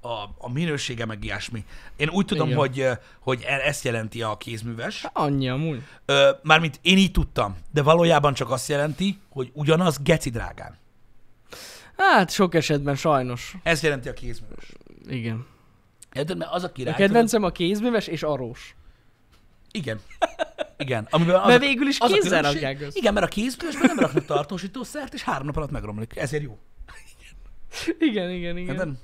Speaker 1: a, a minősége, meg ilyesmi. Én úgy tudom,
Speaker 2: Igen.
Speaker 1: hogy, ö, hogy e- ezt jelenti a kézműves.
Speaker 2: Annyi amúgy.
Speaker 1: Ö, Mármint én így tudtam, de valójában csak azt jelenti, hogy ugyanaz geci drágán.
Speaker 2: Hát sok esetben sajnos.
Speaker 1: Ez jelenti a kézműves.
Speaker 2: Igen. hát
Speaker 1: Érted? Mert az a király.
Speaker 2: A kedvencem a kézműves és arós.
Speaker 1: tudod- Igen. Igen. Amiben az
Speaker 2: Mert
Speaker 1: a-
Speaker 2: végül is
Speaker 1: az a
Speaker 2: kézzel
Speaker 1: különbség-
Speaker 2: rakják össze.
Speaker 1: Igen, mert a kézművesben nem raknak tartósítószert, és három nap alatt megromlik. Ezért jó.
Speaker 2: Igen, igen, igen.
Speaker 1: Igen.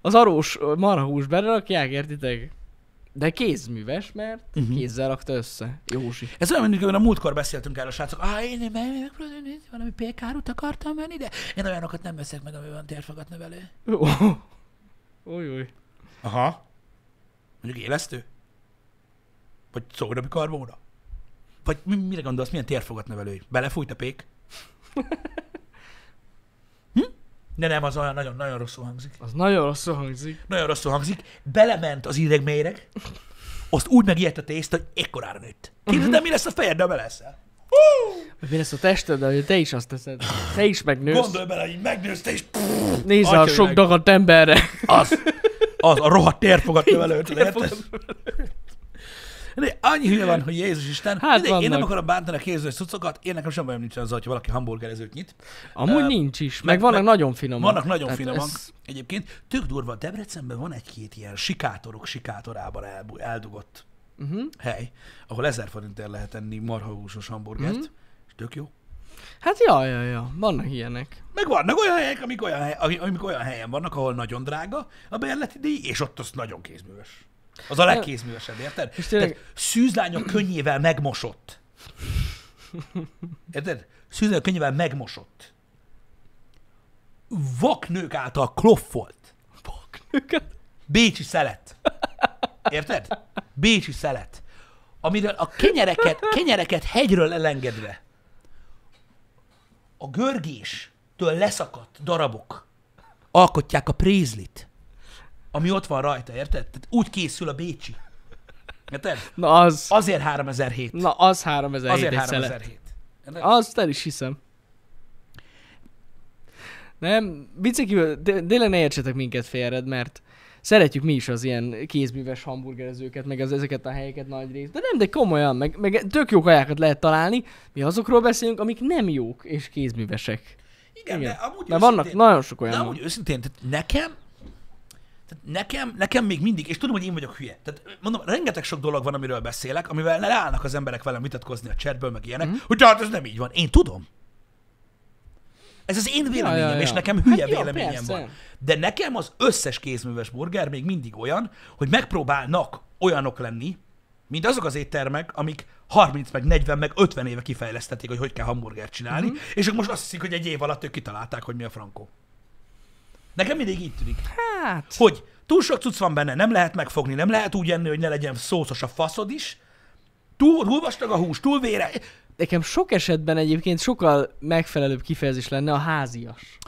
Speaker 2: Az arós ö, marhahús belerakják, értitek? De kézműves, mert uh-huh. kézzel rakta össze. Józsi.
Speaker 1: Ez olyan, mint amikor a múltkor beszéltünk erről, srácok. Ah, én meg- meg- meg- valami pékárút akartam venni, de én olyanokat nem veszek meg, ami van térfagat növelő.
Speaker 2: Ó, Új, új.
Speaker 1: Aha. Mondjuk élesztő? Vagy szógrabi karbóra? Vagy mi, mire gondolsz, milyen térfogat növelő? Belefújt a pék? hm? De nem, az olyan nagyon-nagyon rosszul hangzik.
Speaker 2: Az nagyon rosszul hangzik.
Speaker 1: Nagyon rosszul hangzik. Belement az ideg méreg, azt úgy megijedt a tészta, hogy ekkorára nőtt. Képzeld el, mi lesz a fejeddel, ha beleszel?
Speaker 2: Hogy Mi lesz a tested, hogy te is azt teszed. Te is megnősz.
Speaker 1: Gondolj bele, hogy megnőzte, és pff,
Speaker 2: Nézd a
Speaker 1: Atya
Speaker 2: sok
Speaker 1: világ.
Speaker 2: dagadt emberre.
Speaker 1: az, az a rohadt térfogat növelőt, érted? De annyi hülye van, hogy Jézus Isten.
Speaker 2: Hát
Speaker 1: Hát én nem
Speaker 2: vannak.
Speaker 1: akarom bántani a kézős cuccokat, én nekem semmi bajom nincs azzal, hogyha valaki hamburgerezőt nyit.
Speaker 2: Amúgy
Speaker 1: Ö,
Speaker 2: nincs is.
Speaker 1: meg-
Speaker 2: Hát, Meg, vannak
Speaker 1: meg-
Speaker 2: nagyon finomak.
Speaker 1: Vannak nagyon
Speaker 2: Tehát
Speaker 1: finomak
Speaker 2: ez-
Speaker 1: egyébként. Tök durva, Debrecenben van egy-két ilyen sikátorok sikátorában elbu- eldugott
Speaker 2: Mhm.
Speaker 1: uh-huh. hely, ahol ezer forintért lehet enni marhahúsos hamburgert,
Speaker 2: Mhm.
Speaker 1: uh-huh. és tök jó.
Speaker 2: Hát ja, ja, ja. Vannak ilyenek.
Speaker 1: Meg vannak olyan helyek, amik olyan, hely, ami- amik olyan helyen vannak, ahol nagyon drága a bérleti díj, és ott az nagyon kézműves. Az a legkézművesebb, érted?
Speaker 2: És tényleg-
Speaker 1: Tehát szűzlányok könnyével megmosott. Érted? Szűzlányok könnyével megmosott. Vaknők által kloffolt.
Speaker 2: Paknőket.
Speaker 1: Bécsi szelet. Érted? Bécsi szelet. Amiről a kenyereket, kenyereket hegyről elengedve a görgéstől leszakadt darabok alkotják a prézlit, ami ott van rajta, érted? Tehát úgy készül a Bécsi. Érted?
Speaker 2: Na az.
Speaker 1: Azért 3007.
Speaker 2: Na az 3000
Speaker 1: Azért
Speaker 2: egy szelet. Ah,
Speaker 1: 3007. Érted?
Speaker 2: Azt el is hiszem. Nem, viccen kívül, té- tényleg ne értsetek minket félred, mert szeretjük mi is az ilyen kézműves hamburgerezőket, meg az ezeket a helyeket nagy részt. De nem, de komolyan, meg, meg tök jó kajákat lehet találni. Mi azokról beszélünk, amik nem jók és kézművesek.
Speaker 1: Igen,
Speaker 2: igen.
Speaker 1: de amúgy
Speaker 2: Mert vannak
Speaker 1: őszintén-
Speaker 2: nagyon sok olyan.
Speaker 1: De
Speaker 2: van.
Speaker 1: amúgy őszintén, tehát nekem, tehát nekem, nekem még mindig, és tudom, hogy én vagyok hülye. Tehát mondom, rengeteg sok dolog van, amiről beszélek, amivel leállnak az emberek velem vitatkozni a chatből, meg ilyenek,
Speaker 2: Mhm.
Speaker 1: mm. hogy hát ez nem így van. Én tudom. Ez az én véleményem, ja, ja, ja. és nekem hülye
Speaker 2: Hát
Speaker 1: hát
Speaker 2: jó,
Speaker 1: véleményem
Speaker 2: persze.
Speaker 1: van. De nekem az összes kézműves burger még mindig olyan, hogy megpróbálnak olyanok lenni, mint azok az éttermek, amik 30, meg 40, meg 50 éve kifejlesztették, hogy hogy kell hamburgert csinálni,
Speaker 2: Mhm.
Speaker 1: mm-hmm. és ők most azt hiszik, hogy egy év alatt ők kitalálták, hogy mi a frankó. Nekem mindig így tűnik.
Speaker 2: Hát,
Speaker 1: Hogy túl sok cucc van benne, nem lehet megfogni, nem lehet úgy enni, hogy ne legyen szószos a faszod is, túl, túl vastag a hús, túl vére.
Speaker 2: nekem sok esetben egyébként sokkal megfelelőbb kifejezés lenne a házias.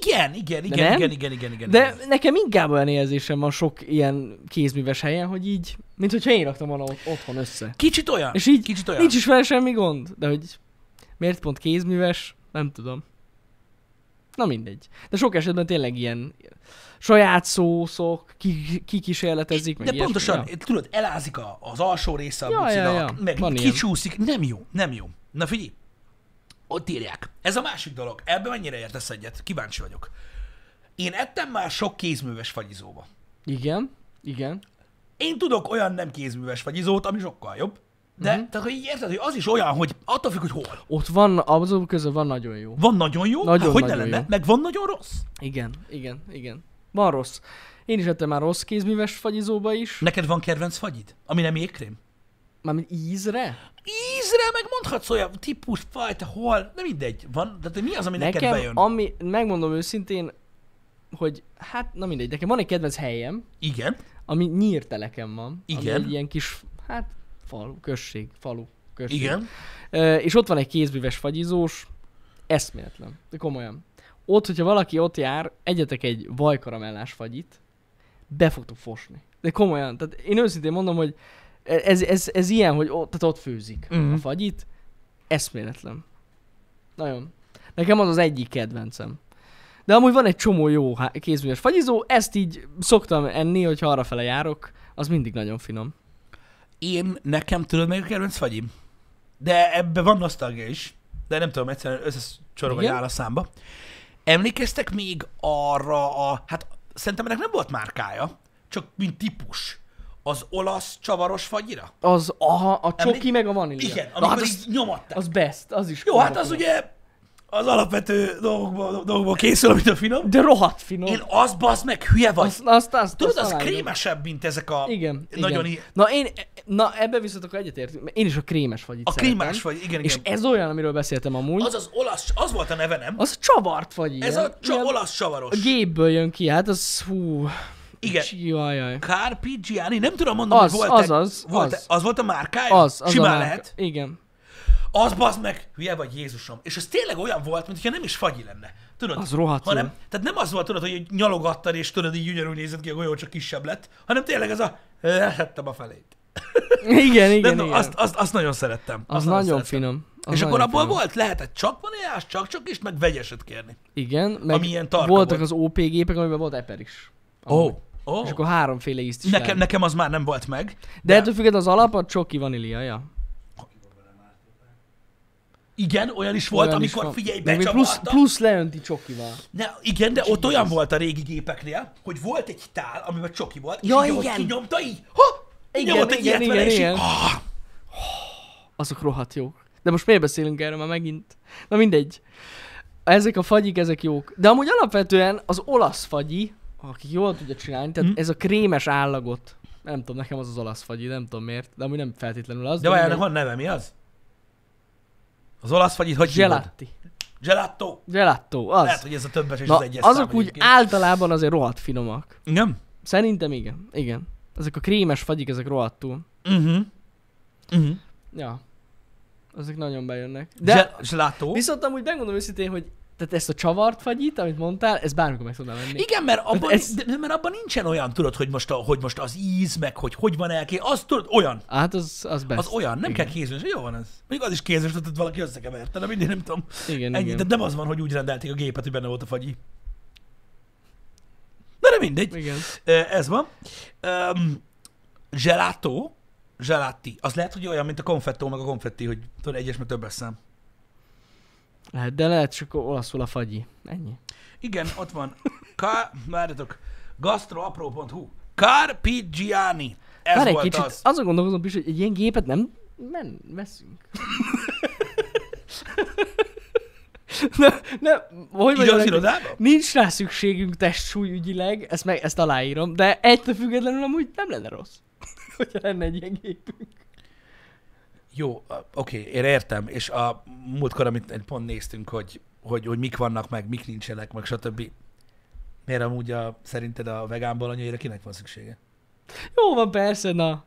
Speaker 1: Igen, igen, igen,
Speaker 2: nem?
Speaker 1: igen, igen, igen, igen.
Speaker 2: De
Speaker 1: igen.
Speaker 2: nekem inkább olyan érzésem van sok ilyen kézműves helyen, hogy így, mint hogyha én raktam volna ott- otthon össze.
Speaker 1: Kicsit olyan.
Speaker 2: És így
Speaker 1: Kicsit olyan.
Speaker 2: Nincs is vele semmi gond, de hogy miért pont kézműves, nem tudom. na mindegy. De sok esetben tényleg ilyen saját szószok, ki, ki kísérletezik, meg
Speaker 1: De
Speaker 2: ilyesmi.
Speaker 1: pontosan,
Speaker 2: Ja.
Speaker 1: tudod, elázik a, az alsó része a
Speaker 2: Ja,
Speaker 1: bucinak,
Speaker 2: ja, ja.
Speaker 1: meg
Speaker 2: Van ilyen.
Speaker 1: kicsúszik, nem jó, nem jó. Na figyelj, ott írják. Ez a másik dolog. Ebben mennyire értesz egyet? Kíváncsi vagyok. Én ettem már sok kézműves fagyizóba.
Speaker 2: Igen, igen.
Speaker 1: Én tudok olyan nem kézműves fagyizót, ami sokkal jobb. De
Speaker 2: Mhm.
Speaker 1: mm-hmm. tehát, hogy így érted, hogy az is olyan, hogy attól függ, hogy hol.
Speaker 2: Ott van, azok közül van nagyon jó.
Speaker 1: Van nagyon jó,
Speaker 2: Nagyon,
Speaker 1: hát hogy ne
Speaker 2: nagyon
Speaker 1: lenne,
Speaker 2: jó.
Speaker 1: meg van nagyon rossz.
Speaker 2: Igen, igen, igen. Van rossz. Én is ettem már rossz kézműves fagyizóba is.
Speaker 1: Neked van kedvenc fagyid, ami nem jégkrém?
Speaker 2: Mármint ízre?
Speaker 1: Ízre megmondhatsz olyan típus, fajta, hol, de mindegy. Van, de mi az, ami neked,
Speaker 2: Nekem,
Speaker 1: bejön?
Speaker 2: ami, megmondom őszintén, hogy hát, na mindegy, nekem van egy kedvenc helyem,
Speaker 1: Igen.
Speaker 2: ami nyírteleken van.
Speaker 1: Igen.
Speaker 2: Ami egy ilyen kis, hát, falu, község, falu, község.
Speaker 1: Igen.
Speaker 2: Ö, és ott van egy kézműves fagyizós, eszméletlen, de komolyan. Ott, hogyha valaki ott jár, egyetek egy vajkaramellás fagyit, be fogtok fosni. De komolyan, tehát én őszintén mondom, hogy ez, ez, ez ilyen, hogy ott, tehát ott főzik
Speaker 1: Mhm.
Speaker 2: a fagyit, eszméletlen. Nagyon. Nekem az az egyik kedvencem. De amúgy van egy csomó jó há- kézműves fagyizó, ezt így szoktam enni, hogyha arrafele járok, az mindig nagyon finom.
Speaker 1: Én, nekem tudod meg a kedvenc fagyim. De ebbe van nosztalgia is. De nem tudom, egyszerűen összecsorog a
Speaker 2: Igen?
Speaker 1: áll a számba. Emlékeztek még arra a... Hát szerintem ennek nem volt márkája, csak mint típus. Az olasz csavaros fagyira?
Speaker 2: Az aha, a csoki
Speaker 1: Emlék-
Speaker 2: meg a vanília.
Speaker 1: Igen,
Speaker 2: Na,
Speaker 1: amikor
Speaker 2: hát
Speaker 1: hát
Speaker 2: az
Speaker 1: így nyomadták.
Speaker 2: Az best, az is.
Speaker 1: Jó, hát az
Speaker 2: kurva
Speaker 1: ugye az alapvető dolgokból, dolgokból készül, amit a finom.
Speaker 2: finom. De rohadt finom.
Speaker 1: Én az bazd meg hülye vagy.
Speaker 2: azt, azt, azt,
Speaker 1: Tudod,
Speaker 2: azt
Speaker 1: az
Speaker 2: aláírom.
Speaker 1: krémesebb, mint ezek a...
Speaker 2: Igen,
Speaker 1: Nagyon
Speaker 2: igen.
Speaker 1: i-
Speaker 2: Na, én, na ebbe viszont akkor egyetértünk, mert én is a krémes fagyit
Speaker 1: A
Speaker 2: szeretem.
Speaker 1: krémás vagy, igen,
Speaker 2: És
Speaker 1: igen.
Speaker 2: ez olyan, amiről beszéltem amúgy.
Speaker 1: Az
Speaker 2: Az,
Speaker 1: az olasz, az volt a neve, nem?
Speaker 2: az csavart fagy ilyen.
Speaker 1: Ez a csa,
Speaker 2: ilyen-
Speaker 1: olasz csavaros.
Speaker 2: A gépből jön ki, hát az hú.
Speaker 1: Igen.
Speaker 2: Csijajaj.
Speaker 1: Carpi Gianni, nem tudom mondani,
Speaker 2: Az,
Speaker 1: hogy volt
Speaker 2: az, az,
Speaker 1: volt
Speaker 2: az.
Speaker 1: az volt a márkája?
Speaker 2: Az, az
Speaker 1: Simán
Speaker 2: a márka.
Speaker 1: lehet.
Speaker 2: Igen.
Speaker 1: Az bazd meg, hülye vagy Jézusom. És az tényleg olyan volt, mintha nem is fagyi lenne. Tudod?
Speaker 2: Az rohadt jó.
Speaker 1: hanem, Tehát nem az volt, tudod, hogy így nyalogattad, és tudod, így ugyanúgy nézett ki, a golyó csak kisebb lett, hanem tényleg ez a lehettem a felét.
Speaker 2: Igen, igen,
Speaker 1: Nem,
Speaker 2: igen.
Speaker 1: tudom, azt, azt, azt, nagyon szerettem.
Speaker 2: az
Speaker 1: Azt
Speaker 2: nagyon
Speaker 1: szerettem.
Speaker 2: finom. Az
Speaker 1: és akkor
Speaker 2: nagyon
Speaker 1: abból
Speaker 2: finom.
Speaker 1: volt, lehetett csak vaníliás, csak csak is, meg vegyeset kérni.
Speaker 2: Igen, meg
Speaker 1: ami ilyen tarka
Speaker 2: voltak
Speaker 1: volt.
Speaker 2: az OP gépek, amiben volt eper is.
Speaker 1: Ó,
Speaker 2: Amúgy.
Speaker 1: oh, oh.
Speaker 2: És akkor háromféle ízt is
Speaker 1: Nekem,
Speaker 2: lehet.
Speaker 1: nekem az már nem volt meg.
Speaker 2: De ettől függetlenül az alap a csoki vanília, ja.
Speaker 1: Igen, olyan is volt,
Speaker 2: Olyan is
Speaker 1: amikor
Speaker 2: van.
Speaker 1: figyelj,
Speaker 2: Meg még
Speaker 1: becsavarta.
Speaker 2: plusz, plusz leönti csokival.
Speaker 1: Ne, igen, de ott olyan volt a régi gépeknél, hogy volt egy tál, amiben csoki volt, és
Speaker 2: Ja,
Speaker 1: így, ahogy
Speaker 2: igen.
Speaker 1: kinyomta így, ha!
Speaker 2: Igen,
Speaker 1: nyomott egy
Speaker 2: igen,
Speaker 1: ilyet vele,
Speaker 2: igen,
Speaker 1: és így,
Speaker 2: igen.
Speaker 1: ah,
Speaker 2: Azok rohadt jók. De most miért beszélünk erről már megint? Na mindegy. Ezek a fagyik, ezek jók. De amúgy alapvetően az olasz fagyi, aki jól tudja csinálni, tehát
Speaker 1: Mhm.
Speaker 2: ez a krémes állagot. Nem tudom, nekem az az olasz fagyi, nem tudom miért, de amúgy nem feltétlenül az.
Speaker 1: De várjál, ennek
Speaker 2: mindegy.
Speaker 1: van neve, mi az? Az olasz vagy itt, hogy hívod?
Speaker 2: Gelatti.
Speaker 1: Gelato.
Speaker 2: Gelattó, az.
Speaker 1: Lehet, hogy ez a többes és
Speaker 2: Na,
Speaker 1: az egyes
Speaker 2: azok
Speaker 1: szám
Speaker 2: úgy
Speaker 1: egyébként.
Speaker 2: általában azért rohadt finomak.
Speaker 1: Igen?
Speaker 2: Szerintem igen, igen. Ezek a krémes fagyik, ezek rohadtul.
Speaker 1: Mhm. Mhm.
Speaker 2: Ja. Ezek nagyon bejönnek. De
Speaker 1: Ge- Gelato.
Speaker 2: viszont amúgy megmondom őszintén, hogy tehát ezt a csavart fagyit, amit mondtál, ez bármikor meg tudnám venni.
Speaker 1: Igen, mert abban,
Speaker 2: Ez-
Speaker 1: de, mert abban nincsen olyan, tudod, hogy most, a, hogy most az íz, meg hogy hogy van elké, az tudod, olyan.
Speaker 2: Á, Hát az, az best.
Speaker 1: Az olyan, nem
Speaker 2: igen.
Speaker 1: kell kézműves, jó van ez. Még az is kézműves, tehát valaki összekeverte, de mindig nem tudom.
Speaker 2: Igen,
Speaker 1: Ennyi,
Speaker 2: igen.
Speaker 1: de nem az van, hogy úgy rendelték a gépet, hogy benne volt a fagyi. Na de mindegy,
Speaker 2: igen.
Speaker 1: Ö, ez van. Um, gelato, gelati, az lehet, hogy olyan, mint a konfettó, meg a konfetti, hogy tudod, egyes, meg többes szám.
Speaker 2: Lehet, Hát, de lehet csak olaszul a fagyi. Ennyi.
Speaker 1: Igen, ott van. Ka, várjatok, gastroapro.hu. Carpigiani. Ez
Speaker 2: Várj egy
Speaker 1: volt
Speaker 2: kicsit,
Speaker 1: az.
Speaker 2: azon gondolkozom is, hogy egy ilyen gépet nem, nem veszünk. nem, nem, hogy
Speaker 1: Így
Speaker 2: mondjam
Speaker 1: az
Speaker 2: neked?
Speaker 1: irodában?
Speaker 2: Nincs rá szükségünk testsúlyügyileg, ezt, meg, ezt aláírom, de egytől függetlenül amúgy nem lenne rossz, hogyha lenne egy ilyen gépünk.
Speaker 1: Jó, ö, oké, én értem, és a múltkor, amit pont néztünk, hogy, hogy, hogy mik vannak meg, mik nincsenek, meg stb. Miért amúgy a, szerinted a vegán bolonyaira kinek van szüksége?
Speaker 2: Jó van, persze, na.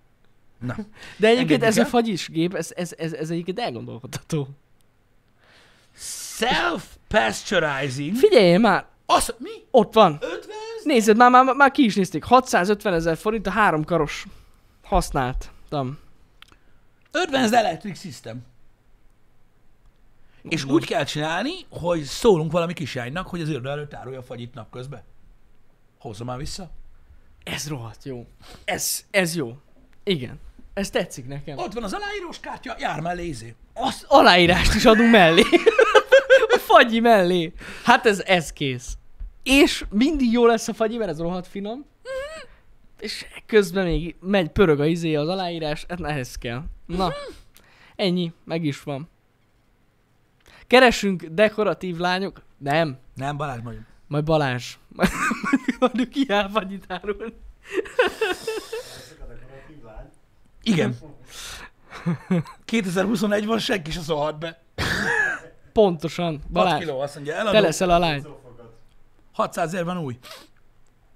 Speaker 1: Na.
Speaker 2: De egyébként
Speaker 1: Engedjük
Speaker 2: ez a
Speaker 1: el?
Speaker 2: fagyis gép, ez, ez, ez, ez egyébként elgondolkodható.
Speaker 1: Self-pasteurizing.
Speaker 2: Figyelj már,
Speaker 1: Az, mi?
Speaker 2: ott van.
Speaker 1: 50?
Speaker 2: Nézed, már, már, már ki is nézték. 650 ezer forint a három karos. Használtam.
Speaker 1: 50 electric system. És úgy kell csinálni, hogy szólunk valami kisjánynak, hogy az iroda előtt árulja a fagyit napközben. Hozza már vissza.
Speaker 2: Ez rohadt jó. Ez, ez jó. Igen. Ez tetszik nekem.
Speaker 1: Ott van az aláírós kártya, jár mellé izé.
Speaker 2: Az aláírást is adunk mellé. a fagyi mellé. Hát ez, ez kész. És mindig jó lesz a fagyi, mert ez rohadt finom. És közben még megy, pörög a izé az aláírás, hát na, ehhez kell. Na, ennyi, meg is van. Keresünk dekoratív lányok? Nem,
Speaker 1: Nem, Balázs majd.
Speaker 2: majd Balázs. Majd majd kiáll fagyit árulni.
Speaker 3: Ezek a dekoratív lány.
Speaker 1: Igen. 2021 van, senki se szólhat be.
Speaker 2: Pontosan,
Speaker 1: 6
Speaker 2: Balázs.
Speaker 1: kiló, azt mondja,
Speaker 2: Te
Speaker 1: eladom.
Speaker 2: leszel a lány.
Speaker 3: Szófogad.
Speaker 1: 600 ér van új.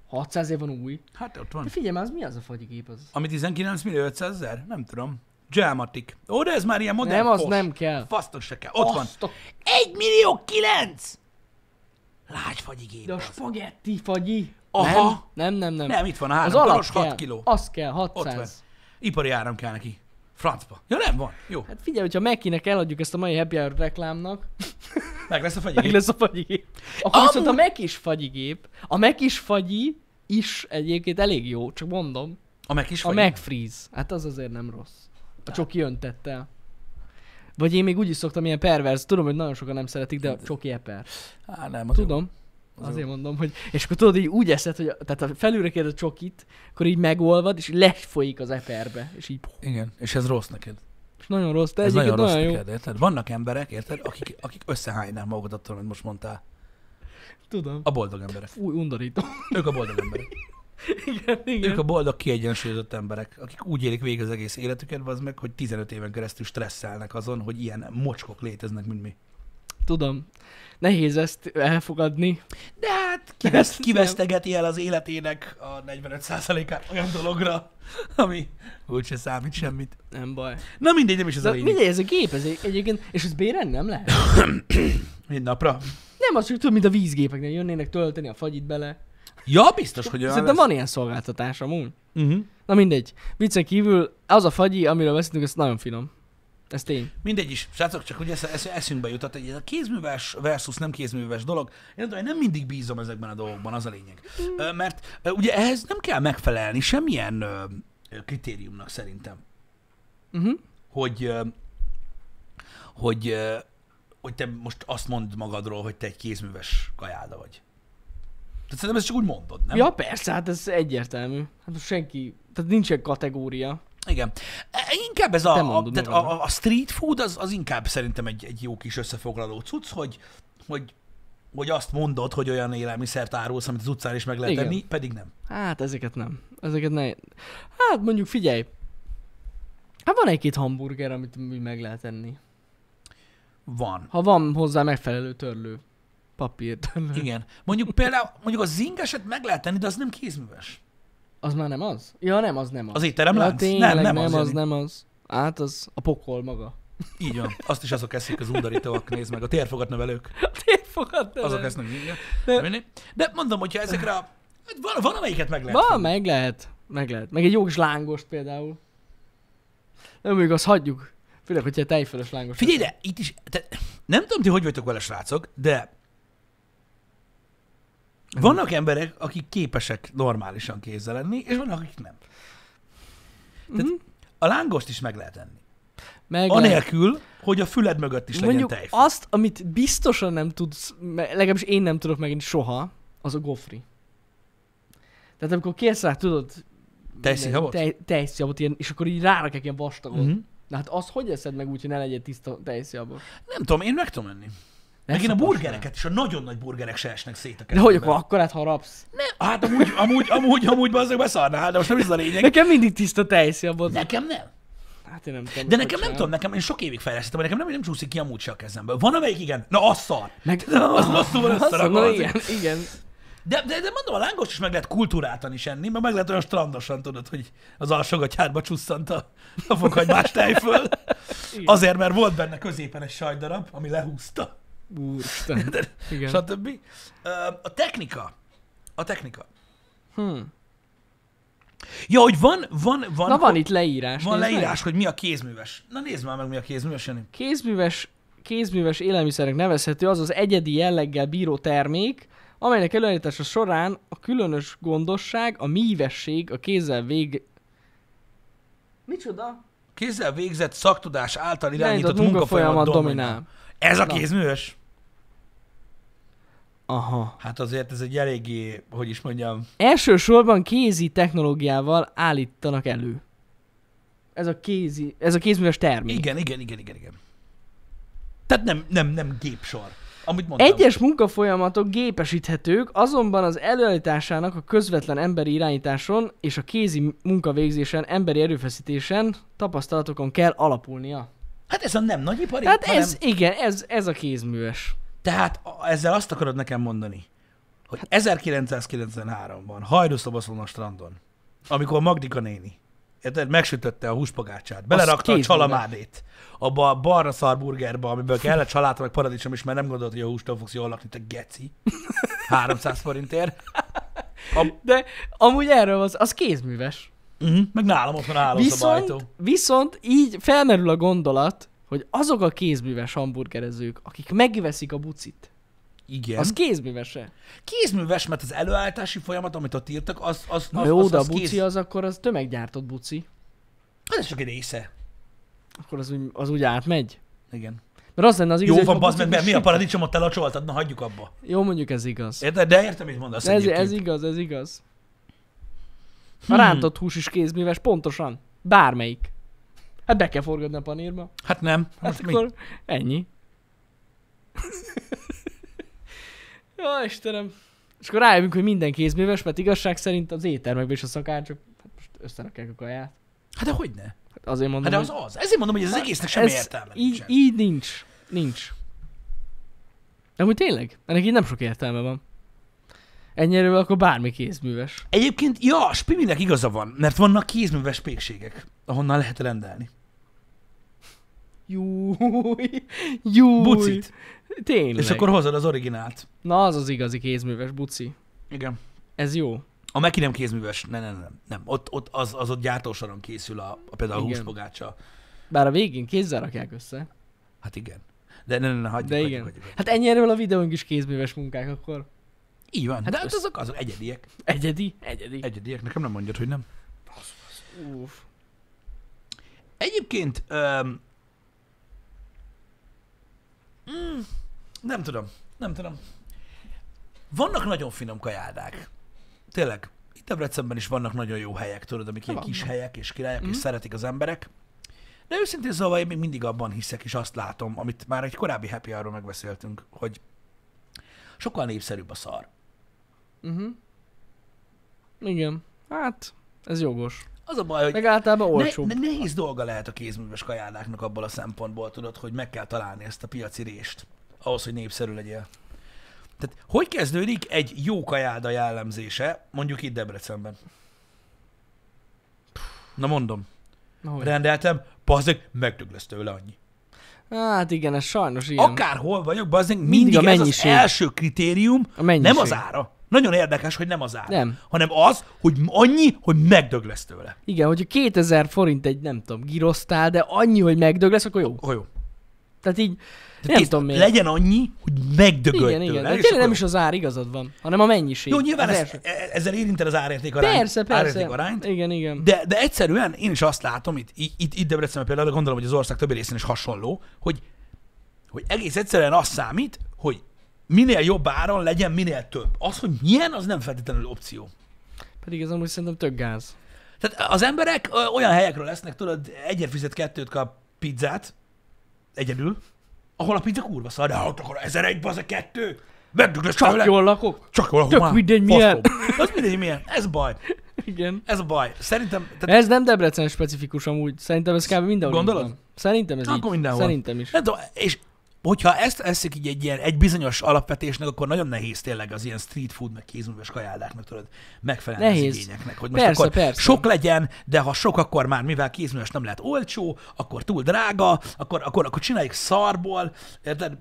Speaker 2: 600 év van új.
Speaker 1: Hát ott van.
Speaker 2: De figyelj már, az mi az a fagyigép az?
Speaker 1: Ami 19 millió 500 ezer? Nem tudom. Gelmatic. Ó, de ez már ilyen modern
Speaker 2: Nem, az
Speaker 1: fos.
Speaker 2: nem kell.
Speaker 1: Fasztok se kell. Ott van.
Speaker 2: Azt a-
Speaker 1: 1 millió 9! Lágy fagyigép.
Speaker 2: De a spagetti fagyi.
Speaker 1: Aha.
Speaker 2: Nem, nem, nem. nem.
Speaker 1: Nem, itt van
Speaker 2: Az
Speaker 1: három
Speaker 2: alap
Speaker 1: koros,
Speaker 2: kell.
Speaker 1: 6 kiló.
Speaker 2: Az kell,
Speaker 1: Ott van.
Speaker 2: 600.
Speaker 1: Ipari áram kell neki. Francba. Ja nem van. Jó.
Speaker 2: Hát figyelj, hogyha Mekinek eladjuk ezt a mai Happy Hour reklámnak,
Speaker 1: Meg lesz a
Speaker 2: meg
Speaker 1: fagyigép.
Speaker 2: lesz a fagyigép. Akkor
Speaker 1: Amúgy-
Speaker 2: viszont a Mek is fagyigép. A Mek is fagyi is egyébként elég jó, csak mondom.
Speaker 1: A meg is
Speaker 2: A
Speaker 1: fagyigép.
Speaker 2: McFreeze. Hát az azért nem rossz. A csoki öntettel. Vagy én még úgy is szoktam ilyen pervers, tudom, hogy nagyon sokan nem szeretik, de a csoki eper.
Speaker 1: Á, nem, az jó.
Speaker 2: Tudom. Azért mondom, hogy... És akkor tudod, így úgy eszed, hogy... Tehát ha felülre kérd a csokit, akkor így megolvad, és lefolyik az eperbe. És így...
Speaker 1: Igen, és ez rossz neked.
Speaker 2: És nagyon rossz, de
Speaker 1: Ez
Speaker 2: egyébként
Speaker 1: nagyon rossz
Speaker 2: nagyon jó.
Speaker 1: neked, érted? Vannak emberek, érted, akik, akik összehánynák magukat attól, amit most mondtál.
Speaker 2: Tudom.
Speaker 1: A boldog emberek.
Speaker 2: Fúj, undorító.
Speaker 1: Ők a boldog emberek.
Speaker 2: igen, igen.
Speaker 1: Ők a boldog, kiegyensúlyozott emberek, akik úgy élik végig az egész életüket, az meg, hogy 15 éven keresztül stresszelnek azon, hogy ilyen mocskok léteznek, mint mi.
Speaker 2: Tudom. Nehéz ezt elfogadni.
Speaker 1: De hát
Speaker 2: Ezt
Speaker 1: kivesz,
Speaker 2: nem.
Speaker 1: kivesztegeti el az életének a 45%-át olyan dologra, ami úgyse számít semmit.
Speaker 2: Nem baj.
Speaker 1: Na mindegy, nem is ez
Speaker 2: De
Speaker 1: a lényeg.
Speaker 2: mindegy, ez a gép, ez egy, egyébként, és ez béren nem lehet.
Speaker 1: Mind napra.
Speaker 2: Nem az, hogy tudod, mint a vízgépeknél jönnének tölteni a fagyit bele.
Speaker 1: Ja, biztos, hogy olyan
Speaker 2: Szerintem van ilyen szolgáltatás amúgy.
Speaker 1: Uh-huh.
Speaker 2: Na mindegy. Viccen kívül az a fagyi, amiről beszéltünk, ez nagyon finom. Ez tény.
Speaker 1: Mindegy is, srácok, csak hogy ez, ez eszünkbe jutott, hogy ez a kézműves versus nem kézműves dolog, én nem, tudom, én nem mindig bízom ezekben a dolgokban, az a lényeg. Ö, Mert ö, ugye ehhez nem kell megfelelni semmilyen ö, ö, kritériumnak szerintem,
Speaker 2: Uh-huh.
Speaker 1: hogy, ö, hogy, ö, hogy te most azt mondd magadról, hogy te egy kézműves kajáda vagy. Tehát szerintem ezt csak úgy mondod, nem?
Speaker 2: Ja, persze, hát ez egyértelmű. Hát most senki, tehát nincsen kategória.
Speaker 1: Igen. E- Inkább ez
Speaker 2: Te
Speaker 1: a, a,
Speaker 2: mondod
Speaker 1: tehát a,
Speaker 2: magadnak.
Speaker 1: a- a street food az, az inkább szerintem egy, egy jó kis összefoglaló cucc, hogy, hogy, hogy azt mondod, hogy olyan élelmiszert árulsz, amit az utcán is meg lehet
Speaker 2: Igen.
Speaker 1: tenni, pedig nem.
Speaker 2: Hát ezeket nem. Ezeket ne. Hát mondjuk figyelj. Hát van egy-két hamburger, amit úgy meg lehet enni.
Speaker 1: Van.
Speaker 2: Ha van hozzá megfelelő törlő. Papír törlő.
Speaker 1: Igen. Mondjuk például mondjuk a zingeset meg lehet tenni, de az nem kézműves.
Speaker 2: Az már nem az? Ja, nem, az nem az.
Speaker 1: Az étteremlánc?
Speaker 2: ja, tényleg,
Speaker 1: nem, nem, az,
Speaker 2: az,
Speaker 1: Jani.
Speaker 2: nem az. Hát az a pokol maga.
Speaker 1: Így van. Azt is azok eszik az undorítóak, nézd meg, a térfogatnövelők.
Speaker 2: Térfogat
Speaker 1: Azok
Speaker 2: ez
Speaker 1: esznek igen. De, de mondom, hogyha ezekre a... hát Van, van amelyiket meg lehet
Speaker 2: Van,
Speaker 1: tenni.
Speaker 2: meg lehet. Meg lehet. Meg egy jó kis lángost például. Nem még azt hagyjuk. Főleg, hogyha tejfölös lángos.
Speaker 1: Figyelj, de itt is, te, nem tudom, ti hogy vagytok vele, srácok, de vannak emberek, akik képesek normálisan kézzel lenni, és vannak, akik nem. Tehát
Speaker 2: Mhm.
Speaker 1: a lángost is meg lehet enni.
Speaker 2: Meg lehet.
Speaker 1: Anélkül, hogy a füled mögött is legyen
Speaker 2: Mondjuk
Speaker 1: tej.
Speaker 2: azt, amit biztosan nem tudsz, me- legalábbis én nem tudok meginni soha, az a gofri. Tehát amikor kérsz rá, tudod...
Speaker 1: Tejszínhabot?
Speaker 2: Tej, tejszínhabot, ilyen, és akkor így rárakják ilyen vastagot.
Speaker 1: Mhm.
Speaker 2: Mm-hmm. Na hát az hogy eszed meg úgy, hogy ne legyen tiszta tejszínhabot?
Speaker 1: Nem tudom, én meg tudom enni. Meg én a burgereket is, a nagyon nagy burgerek se esnek szét a
Speaker 2: De hogy akkor
Speaker 1: kezemben.
Speaker 2: akkor hát harapsz?
Speaker 1: Nem, hát amúgy, amúgy, amúgy, amúgy bazzeg beszarnál, de most nem ez a lényeg.
Speaker 2: Nekem mindig tiszta tejszínhabot.
Speaker 1: Nekem nem.
Speaker 2: Hát én nem tudom.
Speaker 1: De
Speaker 2: hogy
Speaker 1: nekem nem
Speaker 2: sem.
Speaker 1: tudom, nekem én sok évig fejlesztettem, nekem nem, nem csúszik ki amúgy se a kezemből. Van amelyik igen, na az szar.
Speaker 2: Meg...
Speaker 1: Az rosszul van
Speaker 2: Azt
Speaker 1: összerakva.
Speaker 2: mondom,
Speaker 1: az-
Speaker 2: igen, igen.
Speaker 1: De, de, de mondom, a lángost is meg lehet kultúráltan is enni, mert meg lehet olyan strandosan, tudod, hogy az alsógatyádba csusszant a, a fokhagymás tej föl. Azért, mert volt benne középen egy sajtdarab, ami lehúzta,
Speaker 2: Úristen. Igen.
Speaker 1: stb. Ö, A technika. A technika.
Speaker 2: Hm.
Speaker 1: Ja, hogy van, van, van,
Speaker 2: Na van itt leírás.
Speaker 1: van
Speaker 2: nézd meg.
Speaker 1: leírás, hogy mi a kézműves. Na nézd már meg, mi a kézműves, Jani.
Speaker 2: Kézműves, kézműves élelmiszernek nevezhető az az egyedi jelleggel bíró termék, amelynek előállítása során a különös gondosság, a mívesség, a kézzel vég... Micsoda?
Speaker 1: Kézzel végzett szaktudás által
Speaker 2: Irányított
Speaker 1: irányított
Speaker 2: munkafolyamat
Speaker 1: munkafolyamat
Speaker 2: dominál.
Speaker 1: dominál. Ez a
Speaker 2: Na.
Speaker 1: kézműves?
Speaker 2: Aha.
Speaker 1: Hát azért ez egy eléggé, hogy is mondjam,
Speaker 2: Elsősorban kézi technológiával állítanak elő. Ez a kézi, ez a kézműves termék.
Speaker 1: igen, igen, igen, igen, igen. Tehát nem, nem, nem gépsor. Amit mondtam.
Speaker 2: Egyes munkafolyamatok gépesíthetők, azonban az előállításának a közvetlen emberi irányításon és a kézi munkavégzésen, emberi erőfeszítésen, tapasztalatokon kell alapulnia.
Speaker 1: Hát ez a nem nagyipari,
Speaker 2: Tehát
Speaker 1: hanem...
Speaker 2: ez, igen, ez, ez a kézműves.
Speaker 1: Tehát a- ezzel azt akarod nekem mondani, hogy
Speaker 2: Hát-
Speaker 1: 1993-ban hajdúszobaszon a strandon, amikor Magdika néni érted, megsütötte a húspagácsát, belerakta a
Speaker 2: kézműves.
Speaker 1: csalamádét abba a barna szarburgerbe, amiből kellett saláta meg paradicsom, és már nem gondolt, hogy a hústól fogsz jól lakni, te geci. 300 forintért.
Speaker 2: De amúgy erről az, az kézműves.
Speaker 1: Uh-huh. Meg nálam ott van állószobajtó.
Speaker 2: Viszont, viszont így felmerül a gondolat, hogy azok a kézműves hamburgerezők, akik megveszik a bucit,
Speaker 1: Igen.
Speaker 2: az kézművese.
Speaker 1: kézműves, mert az előállítási folyamat, amit ott írtak, az, az,
Speaker 2: Na
Speaker 1: az,
Speaker 2: jó,
Speaker 1: az,
Speaker 2: de a
Speaker 1: az,
Speaker 2: buci
Speaker 1: kéz... Hát
Speaker 2: az akkor az tömeggyártott buci.
Speaker 1: Ez csak egy része.
Speaker 2: Akkor az úgy, az úgy átmegy.
Speaker 1: Igen.
Speaker 2: Mert az lenne az
Speaker 1: Jó
Speaker 2: ízlés,
Speaker 1: van,
Speaker 2: hogy a
Speaker 1: bazd meg, mert mi a
Speaker 2: bucit
Speaker 1: paradicsomot elacsoltad, na hagyjuk abba.
Speaker 2: Jó, mondjuk ez igaz.
Speaker 1: Érted? De értem, mit mondasz
Speaker 2: Ez,
Speaker 1: egyébként.
Speaker 2: ez igaz, ez igaz.
Speaker 1: Hmm.
Speaker 2: A rántott hús is kézműves, pontosan. Bármelyik. Hát be kell forgatni a panírba.
Speaker 1: Hát nem.
Speaker 2: Hát
Speaker 1: Most
Speaker 2: akkor
Speaker 1: mi?
Speaker 2: mi? ennyi. Jó, Istenem. És akkor rájövünk, hogy minden kézműves, mert igazság szerint az éttermekben is a szakácsok hát most összerakják a kaját.
Speaker 1: Hát de hogy ne?
Speaker 2: Hát azért mondom,
Speaker 1: Hát de az az. Ezért mondom, hogy ez az egésznek semmi értelme
Speaker 2: így,
Speaker 1: nincsen.
Speaker 2: így nincs. Nincs. De úgy tényleg, ennek így nem sok értelme van. Ennyi erővel akkor bármi kézműves.
Speaker 1: Egyébként, ja, Spiminek igaza van, mert vannak kézműves pékségek, ahonnan lehet rendelni.
Speaker 2: Júj, júj.
Speaker 1: Bucit.
Speaker 2: Tényleg.
Speaker 1: És akkor hozod az originált.
Speaker 2: Na, az az igazi kézműves buci.
Speaker 1: Igen.
Speaker 2: Ez jó.
Speaker 1: A Meki nem kézműves, nem, nem, nem. nem. Ott, ott, az, az ott gyártósoron készül a, a például a
Speaker 2: Igen.
Speaker 1: húspogácsa.
Speaker 2: Bár a végén kézzel rakják össze.
Speaker 1: Hát igen. De ne, ne, ne, hagyjuk,
Speaker 2: De
Speaker 1: hagyjuk,
Speaker 2: igen.
Speaker 1: hagyjuk, hagyjuk.
Speaker 2: Hát ennyi erről a videónk is kézműves munkák akkor.
Speaker 1: Így van. Hát
Speaker 2: Hát
Speaker 1: de hát
Speaker 2: össze-
Speaker 1: azok azok egyediek.
Speaker 2: Egyedi? Egyedi.
Speaker 1: Egyediek. Nekem nem mondjad, hogy nem.
Speaker 2: Uff.
Speaker 1: Egyébként... Öm, mm, nem tudom. Nem tudom. Vannak nagyon finom kajádák. Tényleg. Itt Debrecenben is vannak nagyon jó helyek, tudod, amik ilyen
Speaker 2: Vannak. Hmm.
Speaker 1: kis helyek és királyok, mm. és szeretik az emberek. De őszintén szóval én még mindig abban hiszek, és azt látom, amit már egy korábbi happy hour megbeszéltünk, hogy sokkal népszerűbb a szar.
Speaker 2: Uh-huh. Igen. Hát, ez jogos.
Speaker 1: Az a baj, hogy
Speaker 2: Meg általában
Speaker 1: Ne,
Speaker 2: olcsóbb.
Speaker 1: ne, nehéz dolga lehet a kézműves kajádáknak abból a szempontból, tudod, hogy meg kell találni ezt a piaci rést, ahhoz, hogy népszerű legyél. Tehát hogy kezdődik egy jó kajáda jellemzése, mondjuk itt Debrecenben? Na mondom,
Speaker 2: Na, hogy?
Speaker 1: rendeltem, bazdik, megdög lesz tőle annyi.
Speaker 2: Hát igen, ez sajnos ilyen.
Speaker 1: Igen. Akárhol vagyok, bazdik, mindig,
Speaker 2: Mindig
Speaker 1: mindig
Speaker 2: a
Speaker 1: a ez az
Speaker 2: mennyiség.
Speaker 1: első kritérium,
Speaker 2: A mennyiség.
Speaker 1: nem az ára. Nagyon érdekes, hogy nem az ára,
Speaker 2: Nem.
Speaker 1: hanem az, hogy annyi, hogy megdög lesz tőle.
Speaker 2: Igen, hogyha 2000 forint egy, nem tudom, girosztál, de annyi, hogy megdög lesz, akkor jó.
Speaker 1: Oh, jó.
Speaker 2: Tehát így,
Speaker 1: Tehát
Speaker 2: nem
Speaker 1: kész,
Speaker 2: tudom miért.
Speaker 1: Legyen annyi, hogy megdögölj
Speaker 2: igen, igen.
Speaker 1: tőle,
Speaker 2: De
Speaker 1: és
Speaker 2: tényleg
Speaker 1: akkor
Speaker 2: nem is az ár, igazad van, hanem a mennyiség.
Speaker 1: Jó, nyilván
Speaker 2: az
Speaker 1: ez,
Speaker 2: első.
Speaker 1: e- ezzel érinted az árérték arányt.
Speaker 2: Persze, persze.
Speaker 1: Árérték arányt.
Speaker 2: Igen, igen.
Speaker 1: De, de egyszerűen én is azt látom, itt, í- itt, itt Debrecenben például, de gondolom, hogy az ország többi részén is hasonló, hogy, hogy egész egyszerűen az számít, hogy minél jobb áron legyen, minél több. Az, hogy milyen, az nem feltétlenül opció.
Speaker 2: Pedig ez amúgy szerintem tök gáz.
Speaker 1: Tehát az emberek ö, olyan helyekről lesznek, tudod, egyet fizet, kettőt kap pizzát, egyedül, ahol a pizza kurva szar, de hát akkor 1001 az a kettő, megdöglös
Speaker 2: Csak jól lakok?
Speaker 1: Csak jól,
Speaker 2: Tök mindegy, milyen.
Speaker 1: Az mindegy milyen. Ez baj.
Speaker 2: Igen.
Speaker 1: Ez a baj. Szerintem, tehát
Speaker 2: Ez nem Debrecen specifikus amúgy. Szerintem ez kb. mindenhol így
Speaker 1: Gondolod?
Speaker 2: van. Szerintem ez
Speaker 1: Akkor
Speaker 2: így.
Speaker 1: mindenhol.
Speaker 2: Szerintem is.
Speaker 1: nem tudom, és hogyha ezt eszik így egy ilyen, egy bizonyos alapvetésnek, akkor nagyon nehéz tényleg az ilyen street food, meg kézműves kajádáknak tudod megfelelni
Speaker 2: Nehéz.
Speaker 1: az igényeknek. Hogy most
Speaker 2: Persze,
Speaker 1: akkor
Speaker 2: persze.
Speaker 1: sok legyen, de ha sok, akkor már mivel kézműves nem lehet olcsó, akkor túl drága, akkor, akkor, akkor csináljuk szarból, érted?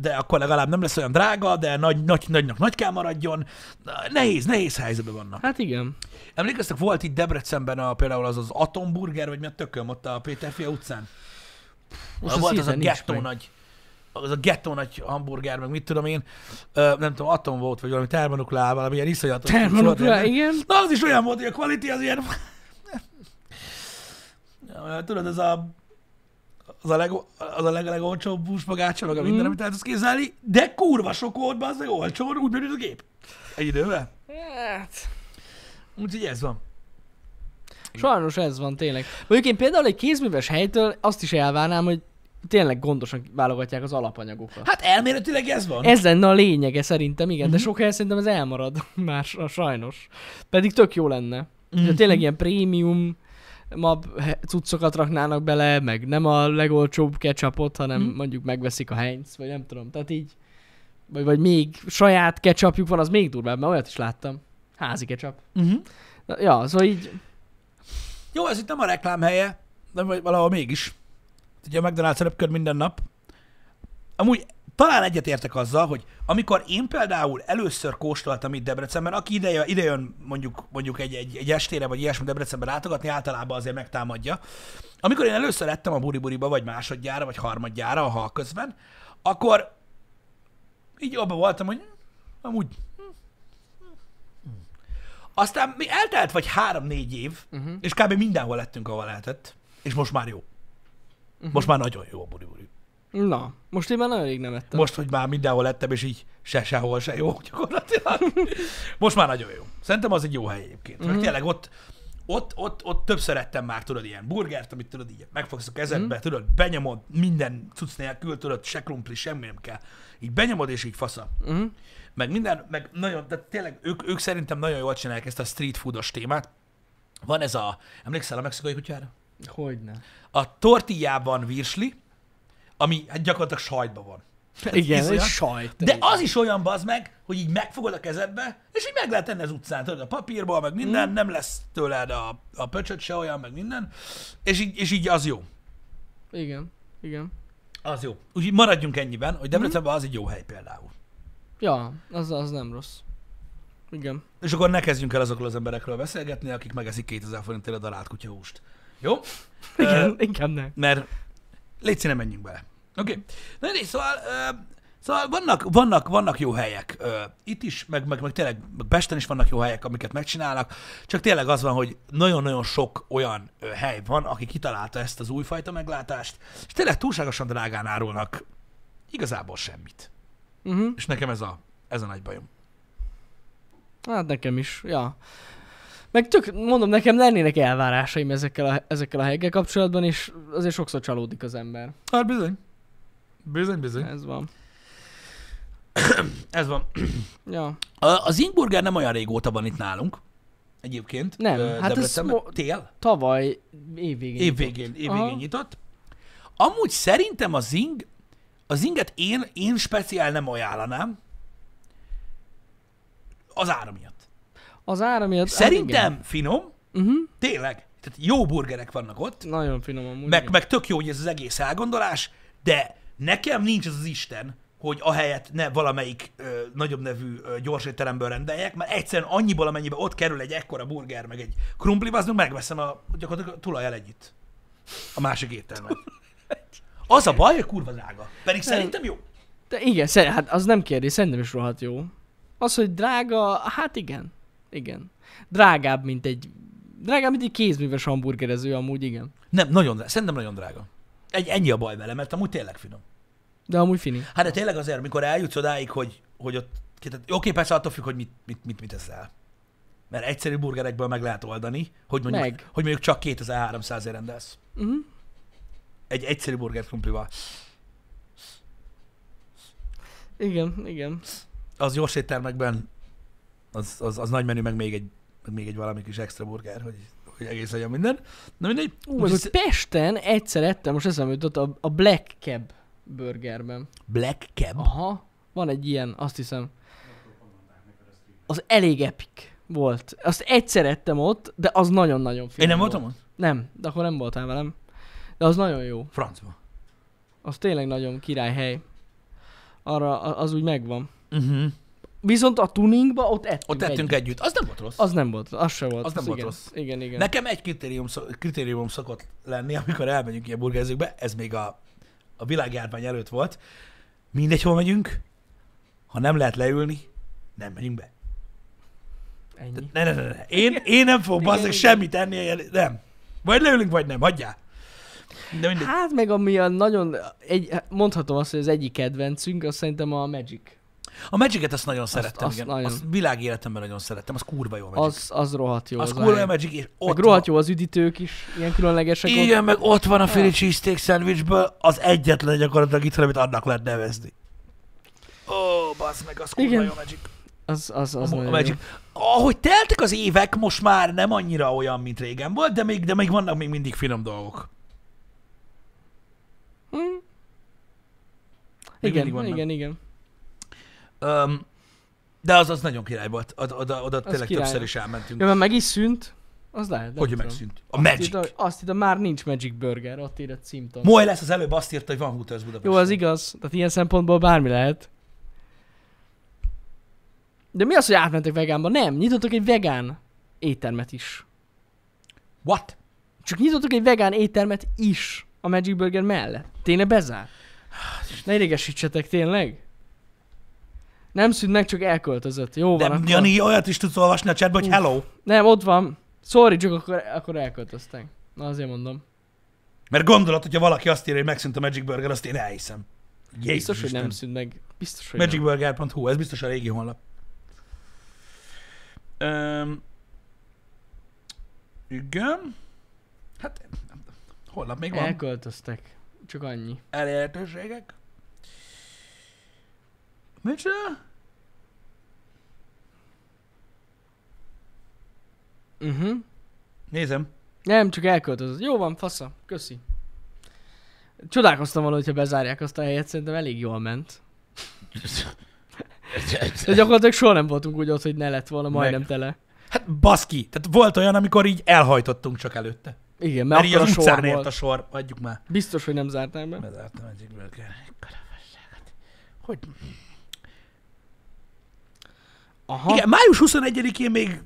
Speaker 1: de akkor legalább nem lesz olyan drága, de nagy, nagy, nagynak nagy kell maradjon. Nehéz, nehéz helyzetben vannak.
Speaker 2: Hát igen.
Speaker 1: Emlékeztek, volt itt Debrecenben a, például az az Atomburger, vagy mi a tököm ott a Péterfia utcán? Most
Speaker 2: Most
Speaker 1: volt
Speaker 2: az
Speaker 1: az a
Speaker 2: hirtelen nincs
Speaker 1: gettó
Speaker 2: meg.
Speaker 1: nagy az a gettó nagy hamburger, meg mit tudom én, ö, nem tudom, atom volt, vagy valami termonukleál, valami ilyen iszonyatos.
Speaker 2: Termonukleál, igen.
Speaker 1: Na, az is olyan volt, hogy a quality az ilyen... Ja, Tudod, ez a az a, leg, az a leg, legolcsóbb húsmagácsa, meg a
Speaker 2: Mm.
Speaker 1: minden, amit el tudsz képzelni, de kurva sok volt, az meg olcsón, úgy működik a gép. Egy idővel.
Speaker 2: Hát,
Speaker 1: Úgyhogy ez van.
Speaker 2: sajnos ez van tényleg. Mondjuk én például egy kézműves helytől azt is elvárnám, hogy tényleg gondosan válogatják az alapanyagokat.
Speaker 1: Hát elméletileg ez van. Mhm.
Speaker 2: Ez lenne a lényege szerintem, igen, de sok helyen szerintem ez elmarad már sa- sajnos. Pedig tök jó lenne.
Speaker 1: Mhm.
Speaker 2: Mm. Tényleg ilyen prémium mab he- cuccokat raknának bele, meg nem a legolcsóbb ketchupot, hanem
Speaker 1: Mhm.
Speaker 2: mm. mondjuk megveszik a Heinz, vagy nem tudom, tehát így. Vagy, vagy még saját ketchupjuk van, az még durvább, mert olyat is láttam. Házi ketchup.
Speaker 1: Uh-huh.
Speaker 2: Na, ja, szóval így,
Speaker 1: Jó, ez itt nem a reklám helye, de vagy valahol mégis. Ugye a McDonald's repköd minden nap. Amúgy talán egyetértek azzal, hogy amikor én például először kóstoltam itt Debrecenben, aki ide, ide jön mondjuk, mondjuk egy, egy, egy estére vagy ilyesmi Debrecenben látogatni, általában azért megtámadja. Amikor én először ettem a buriburiba, vagy másodjára, vagy harmadjára a hal közben, akkor így abban voltam, hogy amúgy... Aztán mi eltelt vagy három-négy év, uh-huh. és kb. mindenhol lettünk, ahol lehetett. És most már jó. Uh-huh. Most már nagyon jó a buriburi.
Speaker 2: na, most én már nagyon rég nem ettem.
Speaker 1: Most, hogy már mindenhol lettem, és így se sehol se jó gyakorlatilag. Most már nagyon jó. Szerintem az egy jó hely egyébként. Mert tényleg ott, ott, ott, ott többször ettem már, tudod, ilyen burgert, amit tudod, így megfogsz a kezedbe, tudod, benyomod minden cucc nélkül, tudod, se krumpli, semmi nem kell. Így benyomod, és így fasza.
Speaker 2: Mhm.
Speaker 1: Meg minden, meg nagyon, de tényleg ők, ők szerintem nagyon jól csinálják ezt a street foodos témát. Van ez a, emlékszel a mexikai kutyára?
Speaker 2: Hogyne.
Speaker 1: A tortillában virsli, ami hát gyakorlatilag sajtban van.
Speaker 2: Igen,
Speaker 1: iszonyat.
Speaker 2: és sajt.
Speaker 1: De az is olyan bazd meg, hogy így megfogod a kezedbe, és így meg lehet tenni az utcán, tudod, a papírból, meg minden, nem lesz tőled a, a pöcsöt se olyan, meg minden, és így, és így az jó.
Speaker 2: Igen, igen.
Speaker 1: Az jó. Mhm. Úgyhogy maradjunk ennyiben, hogy Debrecenben az egy jó hely például.
Speaker 2: Ja, az, az nem rossz. Igen.
Speaker 1: És akkor ne kezdjünk el azokról az emberekről beszélgetni, akik megeszik 2000 forintért a darált kutyahúst. Jó?
Speaker 2: Igen,
Speaker 1: Ö,
Speaker 2: inkább nem.
Speaker 1: mert légy színe, menjünk bele. Oké. Okay. Na nézd, szóval, ö, szóval vannak, vannak, vannak jó helyek ö, itt is, meg, meg, meg tényleg meg Pesten is vannak jó helyek, amiket megcsinálnak, csak tényleg az van, hogy nagyon-nagyon sok olyan ö, hely van, aki kitalálta ezt az újfajta meglátást, és tényleg túlságosan drágán árulnak igazából semmit.
Speaker 2: Uh-huh.
Speaker 1: És nekem ez a, ez a nagy bajom.
Speaker 2: Hát nekem is, ja. Meg tök, mondom, nekem lennének elvárásaim ezekkel a, ezekkel a helyekkel kapcsolatban, és azért sokszor csalódik az ember.
Speaker 1: Hát bizony. Bizony, bizony.
Speaker 2: Ez van.
Speaker 1: Hát Ez van.
Speaker 2: Ja.
Speaker 1: A- Az Ingburger nem olyan régóta van itt nálunk, egyébként.
Speaker 2: Nem,
Speaker 1: ö,
Speaker 2: hát ez
Speaker 1: Debrecenben.
Speaker 2: mo-
Speaker 1: Tél?
Speaker 2: Tavaly évvégén.
Speaker 1: Évvégén,
Speaker 2: Aha.
Speaker 1: évvégén nyitott. Amúgy szerintem a Zing, a Zinget én, én speciál nem ajánlanám az ára miatt.
Speaker 2: Az ára miatt. hát
Speaker 1: Szerintem finom,
Speaker 2: igen. Uh-huh.
Speaker 1: tényleg. Tehát jó burgerek vannak ott,
Speaker 2: Nagyon finom amúgy.
Speaker 1: meg,
Speaker 2: igen.
Speaker 1: meg tök jó, hogy ez az egész elgondolás, de nekem nincs az az Isten, hogy ahelyett ne valamelyik ö, nagyobb nevű ö, gyorsétteremből rendeljek, mert egyszerűen annyiból, amennyibe ott kerül egy ekkora burger, meg egy krumpli, az megveszem a, gyakorlatilag a tulajjal együtt. A másik éttermet. Az a baj, hogy kurva drága. Pedig szerintem jó.
Speaker 2: De igen, szer- hát az nem kérdés, szerintem is rohadt jó. Az, hogy drága, hát igen. Igen. Drágább, mint egy Drágább, mint egy kézműves hamburgerező amúgy, igen.
Speaker 1: Nem, nagyon drága. Szerintem nagyon drága. Egy, ennyi a baj vele, mert amúgy tényleg finom.
Speaker 2: De amúgy fini.
Speaker 1: Hát de tényleg azért, amikor eljutsz odáig, hogy, hogy ott... Tehát, oké, persze attól függ, hogy mit, mit, mit, mit eszel. Mert egyszerű burgerekből meg lehet oldani, hogy mondjuk,
Speaker 2: Meg.
Speaker 1: hogy mondjuk csak 2300 ért rendelsz.
Speaker 2: Mhm.
Speaker 1: Egy egyszerű burger krumplival.
Speaker 2: Igen, igen.
Speaker 1: Az gyors éttermekben az, az, az nagy menü, meg még egy, meg még egy valami kis extra burger, hogy, hogy egész legyen minden. Na mindegy.
Speaker 2: Ú,
Speaker 1: Úgyhogy
Speaker 2: meg hogy Pesten egyszer ettem, most eszembe jutott a, a Black Cab burgerben.
Speaker 1: Black Cab.
Speaker 2: Aha, van egy ilyen, azt hiszem. Az elég epic volt. Azt egyszer ettem ott, de az nagyon-nagyon finom
Speaker 1: Én nem
Speaker 2: volt.
Speaker 1: voltam ott?
Speaker 2: Nem, de akkor nem voltál velem. De az nagyon jó.
Speaker 1: Francba.
Speaker 2: Az tényleg nagyon királyhely. Arra a- az úgy megvan. Mhm.
Speaker 1: Uh-huh.
Speaker 2: Viszont a tuningba ott ettünk
Speaker 1: Ott tettünk együtt. együtt. Az nem volt rossz.
Speaker 2: Az nem volt, az se volt.
Speaker 1: Az nem volt
Speaker 2: igen.
Speaker 1: rossz.
Speaker 2: Igen, igen.
Speaker 1: Nekem egy kritérium, szok, kritérium szokott lenni, amikor elmegyünk ilyen burgerzőkbe, ez még a, a világjárvány előtt volt, Mindegy, hol megyünk, ha nem lehet leülni, nem megyünk be.
Speaker 2: Ennyi.
Speaker 1: Tehát Ne, ne, ne, ne. Én, én nem fogok bazdmeg
Speaker 2: igen.
Speaker 1: semmit enni, ilyen- nem. Vagy leülünk, vagy nem, hagyjál. De mindegy.
Speaker 2: Hát meg ami a nagyon, egy, mondhatom azt, hogy az egyik kedvencünk, az szerintem a Magic.
Speaker 1: A Magic-et azt nagyon szerettem,
Speaker 2: azt
Speaker 1: igen.
Speaker 2: nagyon.
Speaker 1: Azt világéletemben nagyon szerettem, az kurva jó a Magic.
Speaker 2: Az, az rohadt jó.
Speaker 1: Az,
Speaker 2: a
Speaker 1: kurva jó
Speaker 2: hype.
Speaker 1: a Magic, és
Speaker 2: Meg
Speaker 1: ott van.
Speaker 2: rohadt jó az üdítők is, ilyen különlegesek. ott.
Speaker 1: Igen, meg ott van a Philly cheesesteak szendvicsből az egyetlen gyakorlatilag itt, amit annak lehet nevezni. Ó, bassz meg, az kurva
Speaker 2: Igen.
Speaker 1: jó Magic.
Speaker 2: Az, az, az
Speaker 1: A,
Speaker 2: nagyon
Speaker 1: a
Speaker 2: jó.
Speaker 1: Magic. Ahogy teltek az évek, most már nem annyira olyan, mint régen volt, de még, de még vannak még mindig finom dolgok.
Speaker 2: Hm.
Speaker 1: Még mindig
Speaker 2: Igen,
Speaker 1: vannak.
Speaker 2: igen, igen.
Speaker 1: Um, de az, az nagyon király volt. Oda, oda, oda tényleg
Speaker 2: király.
Speaker 1: többször is elmentünk.
Speaker 2: Ja, mert meg is szűnt, az lehet. nem
Speaker 1: Hogy
Speaker 2: tudom.
Speaker 1: megszűnt? A Magic.
Speaker 2: Azt írta, azt írta, már nincs Magic Burger, ott ír a címtom.
Speaker 1: Moly lesz az előbb, azt írta, hogy van Hooters Budapest.
Speaker 2: Jó, az igaz. Tehát ilyen szempontból bármi lehet. De mi az, hogy átmentek vegánba? Nem, nyitottak egy vegán éttermet is.
Speaker 1: What?
Speaker 2: Csak nyitottak egy vegán éttermet is a Magic Burger mellett. Tényleg bezár? Ne idegesítsetek, tényleg? Nem szűnt meg, csak elköltözött. Jó
Speaker 1: De
Speaker 2: van, akkor...
Speaker 1: Jani, olyat is tudsz olvasni a chatben, hogy
Speaker 2: Uff.
Speaker 1: hello.
Speaker 2: Nem, ott van. Sorry, csak akkor, akkor elköltöztek. Na, azért mondom.
Speaker 1: Mert gondolod, hogyha valaki azt írja, hogy megszűnt a Magic Burger, azt én elhiszem. Jézus
Speaker 2: Biztos, hogy nem
Speaker 1: Isten.
Speaker 2: szűnt meg. Biztos, hogy nem.
Speaker 1: Magicburger.hu, ez biztos a régi honlap. Öm, igen. Hát, nem tudom. holnap még van
Speaker 2: Elköltöztek. Csak annyi.
Speaker 1: elérhetőségek. Micsoda? Mhm.
Speaker 2: Uh-huh.
Speaker 1: Nézem.
Speaker 2: Nem, csak elköltözött. Jó van, fasza. Köszi. Csodálkoztam volna, hogyha bezárják azt a helyet, szerintem elég jól ment. De gyakorlatilag soha nem voltunk úgy ott, hogy ne lett volna majdnem
Speaker 1: Meg.
Speaker 2: tele.
Speaker 1: Hát baszki, tehát volt olyan, amikor így elhajtottunk csak előtte.
Speaker 2: Igen,
Speaker 1: Mert
Speaker 2: mert
Speaker 1: így
Speaker 2: akkor a
Speaker 1: az
Speaker 2: sor
Speaker 1: utcán ért
Speaker 2: volt.
Speaker 1: a sor, adjuk már.
Speaker 2: Biztos, hogy nem zártál be.
Speaker 1: Bezárt a Magic Burger. Ekkora fasságot. Hogy?
Speaker 2: Aha.
Speaker 1: Igen, május 21-én még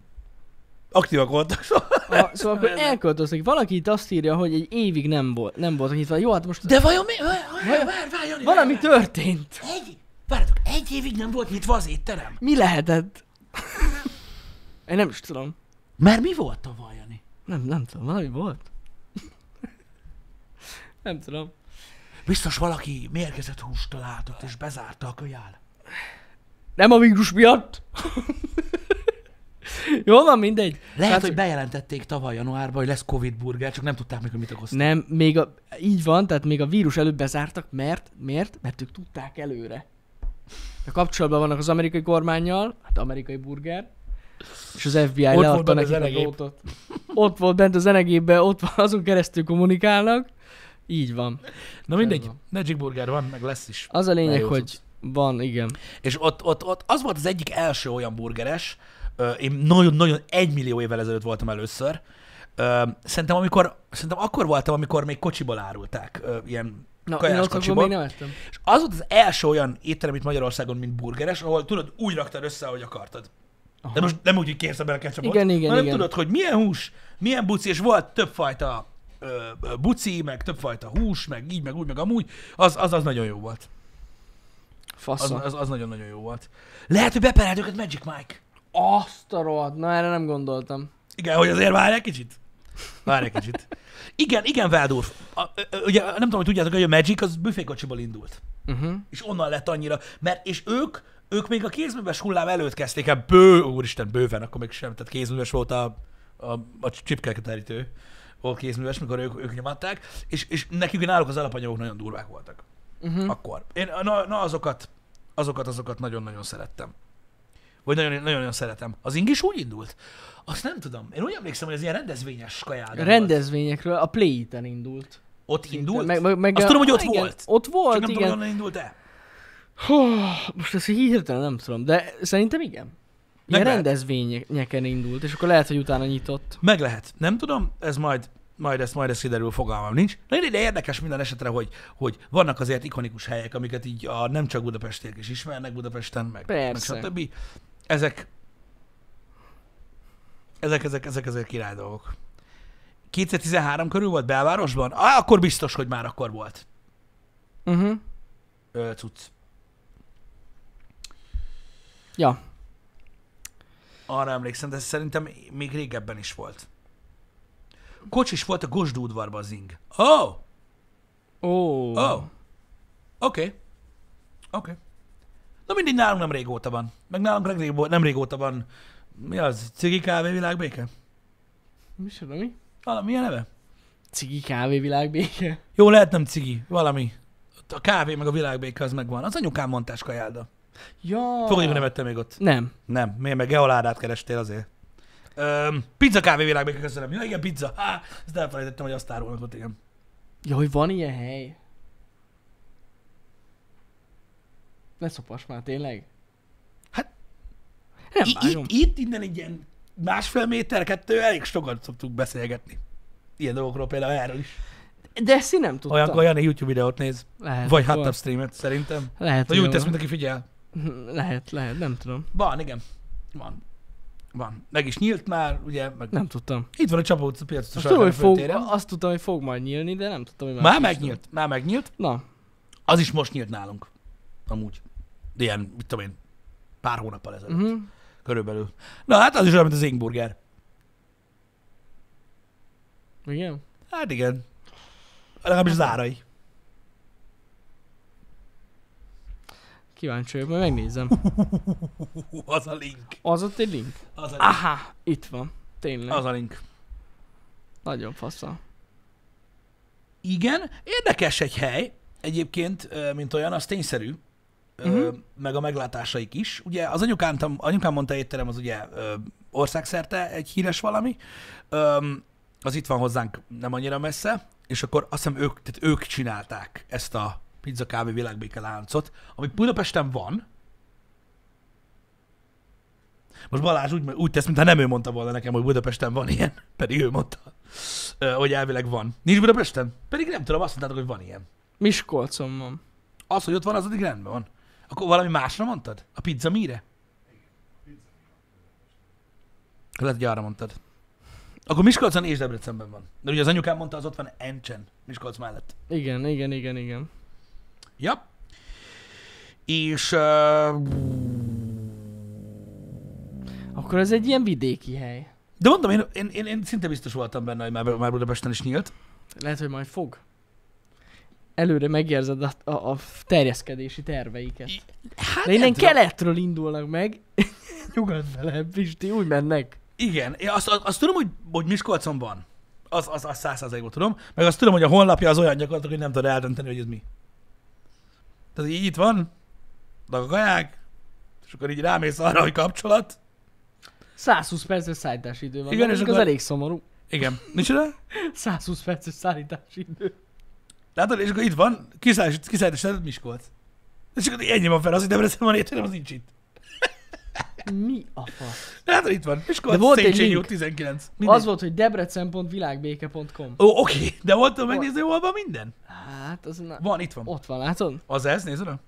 Speaker 1: aktívak voltak.
Speaker 2: A, szóval akkor elköltöztek. Valaki itt azt írja, hogy egy évig nem volt, nem volt nyitva. Jó, hát most
Speaker 1: De vajon mi? Várj, várj, várj, várj, Jani,
Speaker 2: valami
Speaker 1: várj,
Speaker 2: történt.
Speaker 1: várj. Egy, várjátok, egy évig nem volt nyitva az étterem.
Speaker 2: Mi lehetett? Én nem is tudom.
Speaker 1: Mert mi volt tavaly, Jani?
Speaker 2: Nem, nem tudom, valami volt. nem tudom.
Speaker 1: Biztos valaki mérgezett húst találtott és bezárta a kölyál.
Speaker 2: Nem a vírus miatt? Jó van, mindegy.
Speaker 1: Lehet,
Speaker 2: Hát,
Speaker 1: hogy
Speaker 2: hogy-
Speaker 1: bejelentették tavaly januárban, hogy lesz Covid burger, csak nem tudták még, hogy mit okoz.
Speaker 2: Nem, még a, így van, tehát még a vírus előbb bezártak, mert, miért? Mert ők tudták előre. A kapcsolatban vannak az amerikai kormányjal, hát amerikai burger, és az FBI
Speaker 1: volt
Speaker 2: leadta
Speaker 1: benne a
Speaker 2: nekik a
Speaker 1: zenegép.
Speaker 2: drótot. Ott volt bent a zenegépben, ott van, azon keresztül kommunikálnak. Így van.
Speaker 1: Na mindegy,
Speaker 2: van.
Speaker 1: Magic Burger van, meg lesz is.
Speaker 2: Az a lényeg,
Speaker 1: Lejózott.
Speaker 2: hogy van, igen.
Speaker 1: És ott, ott, ott az volt az egyik első olyan burgeres, ö, én nagyon-nagyon egymillió évvel ezelőtt voltam először. Ö, Szerintem, amikor, szerintem akkor voltam, amikor még kocsiból árulták, ö, ilyen
Speaker 2: Na, én
Speaker 1: kajás
Speaker 2: ott akkor
Speaker 1: kocsiból.
Speaker 2: még nem ettem.
Speaker 1: És az volt az első olyan étterem itt Magyarországon, mint burgeres, ahol tudod, úgy raktad össze, ahogy akartad. Aha. De most nem úgy, hogy kérsz bele ketchupot,
Speaker 2: Igen, igen,
Speaker 1: hanem
Speaker 2: igen.
Speaker 1: tudod, hogy milyen hús, milyen buci, és volt többfajta ö, ö, buci, meg többfajta hús, meg így, meg úgy, meg amúgy, az az, az nagyon jó volt. Az,
Speaker 2: Faszom.
Speaker 1: az, az nagyon-nagyon jó volt. Lehet, hogy beperelt őket Magic Mike.
Speaker 2: Azt a rohadt, na erre nem gondoltam.
Speaker 1: Igen, hogy azért várj egy kicsit. Várj egy kicsit. Igen, igen, Váldor. A, ö, ö, ugye nem tudom, hogy tudjátok, hogy a Magic az büfékocsiból indult.
Speaker 2: Uh-huh.
Speaker 1: És onnan lett annyira, mert és ők, ők még a kézműves hullám előtt kezdték el, bő, úristen, bőven, akkor még sem, tehát kézműves volt a, a, a csipkeket terítő, volt kézműves, mikor ők, ők nyomatták, és, és nekik náluk az alapanyagok nagyon durvák voltak.
Speaker 2: Uh-huh.
Speaker 1: Akkor. Én na, na azokat, azokat, azokat nagyon-nagyon szerettem. Vagy nagyon- nagyon-nagyon szeretem. Az ing is úgy indult? Azt nem tudom. Én úgy emlékszem, hogy ez ilyen rendezvényes kajádon volt.
Speaker 2: Rendezvényekről a play en indult.
Speaker 1: Ott indult?
Speaker 2: Meg, meg, meg
Speaker 1: Azt
Speaker 2: a...
Speaker 1: tudom, hogy ott
Speaker 2: igen,
Speaker 1: volt.
Speaker 2: Ott volt,
Speaker 1: Csak nem tudom,
Speaker 2: igen.
Speaker 1: hogy onnan indult-e.
Speaker 2: Hú, most ezt így hirtelen nem tudom, de szerintem igen. Ilyen
Speaker 1: Meg lehet.
Speaker 2: rendezvényeken indult, és akkor lehet, hogy utána nyitott.
Speaker 1: Meg lehet. Nem tudom, ez majd, majd ezt, majd ezt kiderül, fogalmam nincs. Na, de érdekes minden esetre, hogy, hogy vannak azért ikonikus helyek, amiket így a, nem csak budapestiek is ismernek Budapesten, meg, meg
Speaker 2: Persze.
Speaker 1: stb. Ezek, ezek, ezek, ezek, ezek király dolgok. 2013 körül volt
Speaker 2: Mhm.
Speaker 1: belvárosban? Á, akkor biztos, hogy már akkor volt
Speaker 2: Uh-huh.
Speaker 1: ö, cucc.
Speaker 2: Ja.
Speaker 1: Arra emlékszem, de szerintem még régebben is volt. Kocsis volt a Gosdú udvarban zing. Oh!
Speaker 2: Ó. Oh.
Speaker 1: Oh. Oké. Okay. Oké. Okay. Na mindig nálunk nem régóta van. Meg nálunk nem régóta, nem régóta van. Mi az? Cigi kávé világbéke?
Speaker 2: Mi is tudom, mi?
Speaker 1: Valami a neve?
Speaker 2: Cigi kávé világbéke.
Speaker 1: Jó, lehet nem cigi. Valami. Ott A kávé meg a világbéke az megvan. Az anyukám mondtás kajálda.
Speaker 2: Ja.
Speaker 1: Fogadjuk, nem ettem még ott.
Speaker 2: Nem.
Speaker 1: Nem, miért meg geoládát kerestél azért? Öm, pizza kávé világbéke, köszönöm. Ja, igen, pizza. Há, ezt elfelejtettem, hogy azt árulnak ott, igen.
Speaker 2: Ja, hogy van ilyen hely. Ne szopass már, tényleg?
Speaker 1: Hát,
Speaker 2: Nem
Speaker 1: I-
Speaker 2: vágom.
Speaker 1: itt, itt, innen egy ilyen másfél méter, kettő, elég sokat szoktuk beszélgetni. Ilyen dolgokról például erről is.
Speaker 2: De ezt én nem tudtam.
Speaker 1: Olyan, olyan YouTube videót néz,
Speaker 2: Lehet,
Speaker 1: vagy hát
Speaker 2: akkor-
Speaker 1: hot tub streamet szerintem.
Speaker 2: Lehet,
Speaker 1: Vagy
Speaker 2: hogy
Speaker 1: úgy tesz,
Speaker 2: van.
Speaker 1: mint aki figyel.
Speaker 2: Lehet, lehet, nem tudom.
Speaker 1: Van, igen. Van. Van. Meg is nyílt már, ugye, meg
Speaker 2: Nem tudtam.
Speaker 1: itt van a Csapa utca piac, a
Speaker 2: Most tudom,
Speaker 1: Sarkányi
Speaker 2: hogy fog,
Speaker 1: főtéren.
Speaker 2: azt tudtam, hogy fog majd nyílni, de nem tudtam, hogy
Speaker 1: Már
Speaker 2: is
Speaker 1: megnyílt, már megnyílt.
Speaker 2: tudom. Na,
Speaker 1: Az is most nyílt nálunk. Amúgy. De Ilyen, mit tudom én, pár hónappal ezelőtt. Uh-huh.
Speaker 2: uh-huh.
Speaker 1: Körülbelül. Na hát az is olyan, mint az Ingburger.
Speaker 2: igen.
Speaker 1: Hát igen. Legalábbis az árai.
Speaker 2: Kíváncsi vagyok, majd megnézem.
Speaker 1: Hú, az a link.
Speaker 2: Az ott egy link.
Speaker 1: Az a link.
Speaker 2: Aha, itt van. Tényleg.
Speaker 1: Ah, Az a link.
Speaker 2: Nagyon fasza.
Speaker 1: Igen, érdekes egy hely, egyébként, ö, mint olyan, az tényszerű, uh-huh. meg a meglátásaik is. Ugye az anyukám, tam- anyukám mondta étterem, az ugye ö, országszerte egy híres valami, Öm, az itt van hozzánk nem annyira messze, és akkor azt hiszem ők, tehát ők csinálták ezt a pizza kávé világbéke láncot, ami Budapesten van. Most Balázs úgy, úgy tesz, mintha nem ő mondta volna nekem, hogy Budapesten van ilyen, pedig ő mondta. Ö, hogy elvileg van. Nincs Budapesten? Pedig nem tudom, azt mondtátok, hogy van ilyen.
Speaker 2: Miskolcon van.
Speaker 1: Az, hogy ott van, az addig rendben van. Akkor valami másra mondtad? A pizza mire? Lehet, hogy arra mondtad. Akkor Miskolcon és Debrecenben van. De ugye az anyukám mondta, az ott van Encsen, Miskolc mellett.
Speaker 2: Igen, igen, igen, igen.
Speaker 1: Ja. És... Uh,
Speaker 2: Akkor ez egy ilyen vidéki hely.
Speaker 1: de mondom, én, én, én, én, szinte biztos voltam benne, hogy már, már Budapesten is nyílt.
Speaker 2: Lehet, hogy majd fog. Előre megérzed a, a, a terjeszkedési terveiket.
Speaker 1: I- Hát
Speaker 2: De innen
Speaker 1: nem tudom.
Speaker 2: keletről indulnak meg. Nyugat fele, Pisti, úgy mennek.
Speaker 1: Igen, én azt, azt, azt tudom, hogy, hogy Miskolcon van. Az, az, az száz százalékot tudom. Meg azt tudom, hogy a honlapja az olyan gyakorlatilag, hogy nem tudod eldönteni, hogy ez mi. Tehát így itt van, dag a kaják, és akkor így rámész arra, hogy kapcsolat.
Speaker 2: 120 perces szállítási idő van.
Speaker 1: Igen,
Speaker 2: Igen,
Speaker 1: és
Speaker 2: és az
Speaker 1: akkor-
Speaker 2: elég szomorú.
Speaker 1: Igen. Micsoda?
Speaker 2: 120 perces szállítási idő.
Speaker 1: Látod, és akkor itt van, kiszállítás, kiszállítás, tehát Miskolc. És akkor ennyi van fel, az, hogy Debrecen van értelem, az nincs itt.
Speaker 2: Mi a fasz?
Speaker 1: Látod, itt van, Miskolc,
Speaker 2: De volt egy
Speaker 1: Széchenyi
Speaker 2: link.
Speaker 1: út 19. Mindegy.
Speaker 2: Az volt, hogy debrecen.világbéke.com.
Speaker 1: Ó, oké, de voltam megnézni, hol van minden?
Speaker 2: Hát, az na...
Speaker 1: Van, itt van.
Speaker 2: Ott van, látod?
Speaker 1: Az ez, nézd oda.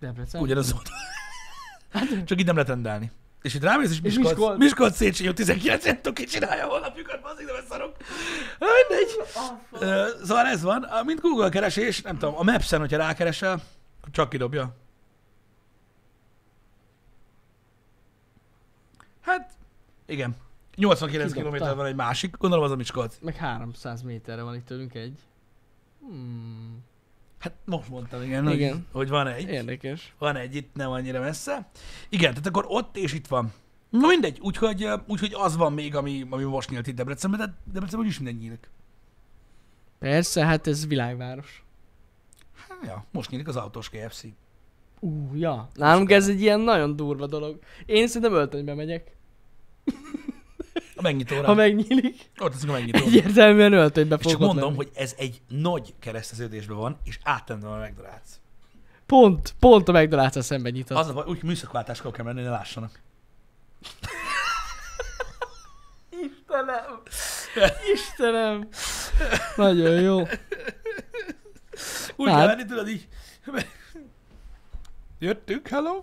Speaker 2: Debrecen. Hát,
Speaker 1: Ugyanaz volt. Csak itt nem lehet rendelni. És itt rámész, és Miskolc,
Speaker 2: Miskolc.
Speaker 1: Miskolc, Miskolc Széchenyi út 19, nem tudom, ki csinálja a honlapjukat, bazzik, de szarok. Na, Mindegy. Ö, Szóval ez van. A- Mint Google keresés, nem tudom, a Maps-en, hogyha rákeresel, akkor csak kidobja. Hát, igen. 89
Speaker 2: Kidobta.
Speaker 1: km van egy másik, gondolom az a Miskolc.
Speaker 2: Meg 300 méterre van itt tőlünk egy. Hmm.
Speaker 1: Hát most mondtam, igen, igen. Hogy,
Speaker 2: Igen.
Speaker 1: hogy van egy.
Speaker 2: Érdekes.
Speaker 1: Van egy itt, nem annyira messze. Igen, tehát akkor ott és itt van. Na mindegy, úgyhogy, ö, úgyhogy az van még, ami, ami most nyílt itt Debrecenben, de Debrecenben úgyis minden nyílik.
Speaker 2: Persze, hát ez világváros.
Speaker 1: Hát, ja, most nyílik az autós KFC.
Speaker 2: Ú, ja. Nálunk ez egy ilyen nagyon durva dolog. Én szerintem öltönybe megyek,
Speaker 1: A megnyitóra.
Speaker 2: ha megnyílik.
Speaker 1: Ott leszünk a megnyitó.
Speaker 2: Egyértelműen öltönybe
Speaker 1: És
Speaker 2: fogok
Speaker 1: csak mondom,
Speaker 2: lenni.
Speaker 1: hogy ez egy nagy kereszteződésben van, és átlendem a McDonald's.
Speaker 2: Pont, pont a mcdonalds szemben nyitott.
Speaker 1: Az a baj, úgy műszakváltáskor kell menni, ne lássanak.
Speaker 2: Istenem! Istenem! Nagyon jó.
Speaker 1: Úgy
Speaker 2: Hát.
Speaker 1: kell menni, tudod így. Jöttünk, hello?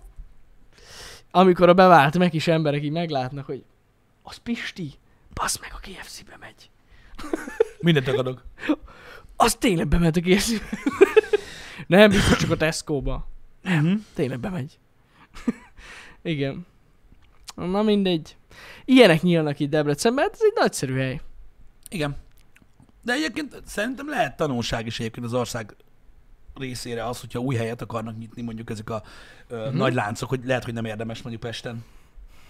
Speaker 2: Amikor a bevált meg is emberek így meglátnak, hogy az Pisti, basz meg a KFC-be megy.
Speaker 1: Mindent akadok.
Speaker 2: Az tényleg bement a KFC-be. Nem, biztos csak a Tesco-ba.
Speaker 1: Mhm.
Speaker 2: Tényleg bemegy. Igen. Na mindegy. Ilyenek nyílnak itt Debrecenben, hát ez egy nagyszerű hely.
Speaker 1: Igen. De egyébként szerintem lehet tanulság is egyébként az ország részére az, hogyha új helyet akarnak nyitni, mondjuk ezek a ö,
Speaker 2: Mhm.
Speaker 1: nagy láncok, hogy lehet, hogy nem érdemes mondjuk Pesten,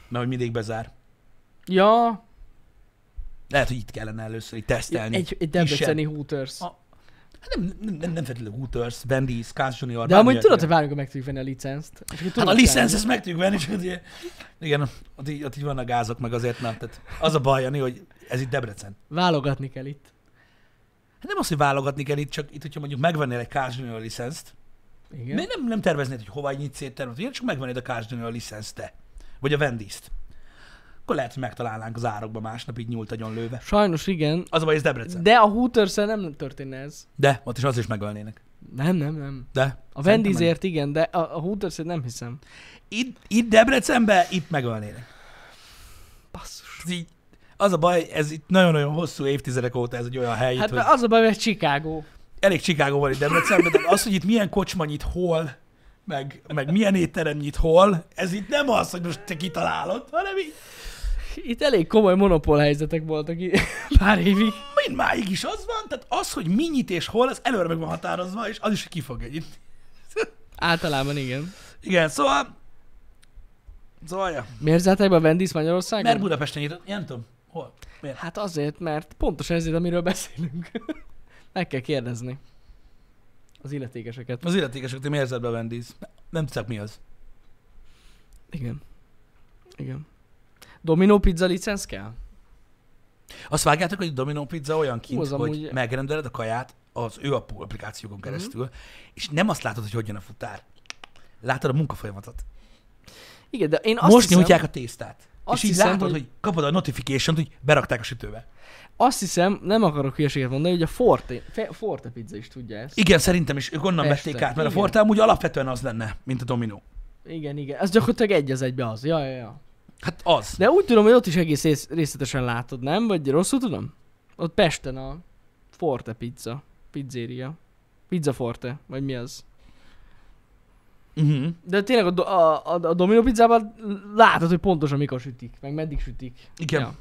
Speaker 1: mert hogy mindig bezár.
Speaker 2: Ja,
Speaker 1: Lehet, hogy itt kellene először így tesztelni.
Speaker 2: egy, egy
Speaker 1: Kisebb.
Speaker 2: debreceni Hooters.
Speaker 1: A- Hát nem, nem, nem, nem feltétlenül Hooters, Wendy's, Carl's Junior.
Speaker 2: De amúgy tudod, hogy várjunk, hogy meg tudjuk venni a licenzt. És akkor
Speaker 1: Hát
Speaker 2: tudunk
Speaker 1: a licenc,
Speaker 2: járni.
Speaker 1: ezt meg tudjuk venni, csak ugye, igen, ott így, ott így vannak gázok, meg azért nem. Tehát az a baj, Jani, hogy ez itt Debrecen.
Speaker 2: Válogatni kell itt.
Speaker 1: Hát nem az, hogy válogatni kell itt, csak itt, hogyha mondjuk megvennél egy Carl's Junior licenzt,
Speaker 2: Igen.
Speaker 1: Miért nem, nem terveznéd, hogy hova egy nyitsz éttermet? Ugye csak megvennéd a Carl's Jr. a licensz te, vagy a wendy's Akkor lehet, hogy megtalálnánk az árokba másnap így nyúlt agyon lőve.
Speaker 2: Sajnos igen,
Speaker 1: Az a baj, ez Debrecen. De,
Speaker 2: de a hooters nem történne ez.
Speaker 1: de ott is az is megölnének.
Speaker 2: Nem, nem, nem.
Speaker 1: De.
Speaker 2: A
Speaker 1: Szerintem
Speaker 2: Wendy'sért igen, de a, a hooters nem hiszem.
Speaker 1: Itt, itt Debrecenben, itt megölnének.
Speaker 2: Basszus.
Speaker 1: Ez így, az a baj, ez itt nagyon-nagyon hosszú évtizedek óta ez egy olyan hely, hát,
Speaker 2: Hát
Speaker 1: hogy
Speaker 2: az a baj, mert Chicago.
Speaker 1: elég Chicago van itt Debrecenben, de az, hogy itt milyen kocsma nyit hol, meg, meg milyen étterem nyit hol, ez itt nem az, hogy most te kitalálod, hanem így
Speaker 2: Itt elég komoly monopól helyzetek voltak i- pár évig.
Speaker 1: Mind máig is az van, tehát az, hogy mi nyit és hol, az előre meg van határozva, és az is, hogy ki fog nyitni.
Speaker 2: Általában igen.
Speaker 1: Igen, szóval... Szóval, ja.
Speaker 2: Miért zárták be a Wendy's Magyarországon?
Speaker 1: Mert Budapesten nyitott, nem tudom, hol. Miért?
Speaker 2: Hát azért, mert pontosan ezért, amiről beszélünk. Meg kell kérdezni az illetékeseket.
Speaker 1: Az illetékesek, hogy miért zárt be a Wendy's? Nem tudják mi az.
Speaker 2: Igen. Igen. Domino pizza licenc kell?
Speaker 1: Azt vágjátok, hogy a Domino Pizza olyan kint,
Speaker 2: az
Speaker 1: hogy
Speaker 2: amúgy-
Speaker 1: megrendeled a kaját az ő apu applikációkon
Speaker 2: Mhm.
Speaker 1: keresztül, és nem azt látod, hogy hogy jön a futár. Látod a munkafolyamatot.
Speaker 2: Igen, de én azt
Speaker 1: Azt Most
Speaker 2: hiszem,
Speaker 1: nyújtják a tésztát.
Speaker 2: azt
Speaker 1: és így
Speaker 2: hiszem,
Speaker 1: látod,
Speaker 2: hogy-
Speaker 1: hogy... hogy kapod a notification hogy berakták a sütőbe.
Speaker 2: azt hiszem, nem akarok hülyeséget mondani, hogy a Forte, Fe- Forte pizza is tudja ezt.
Speaker 1: Igen, szerintem is. Ők onnan
Speaker 2: Persze.
Speaker 1: vették át, mert
Speaker 2: Igen.
Speaker 1: a Forte amúgy alapvetően az lenne, mint a Domino.
Speaker 2: Igen, igen. Ez gyakorlatilag egy az egybe az. Ja, ja, ja.
Speaker 1: Hát az.
Speaker 2: De úgy tudom, hogy ott is egész rész- részletesen látod, nem? Vagy rosszul tudom? Ott Pesten a Forte pizza. Pizzeria. Pizza Forte, vagy mi az?
Speaker 1: Uh-huh.
Speaker 2: De tényleg a, do- a, a, a Domino pizzában látod, hogy pontosan mikor sütik, meg meddig sütik.
Speaker 1: Igen.
Speaker 2: Ja.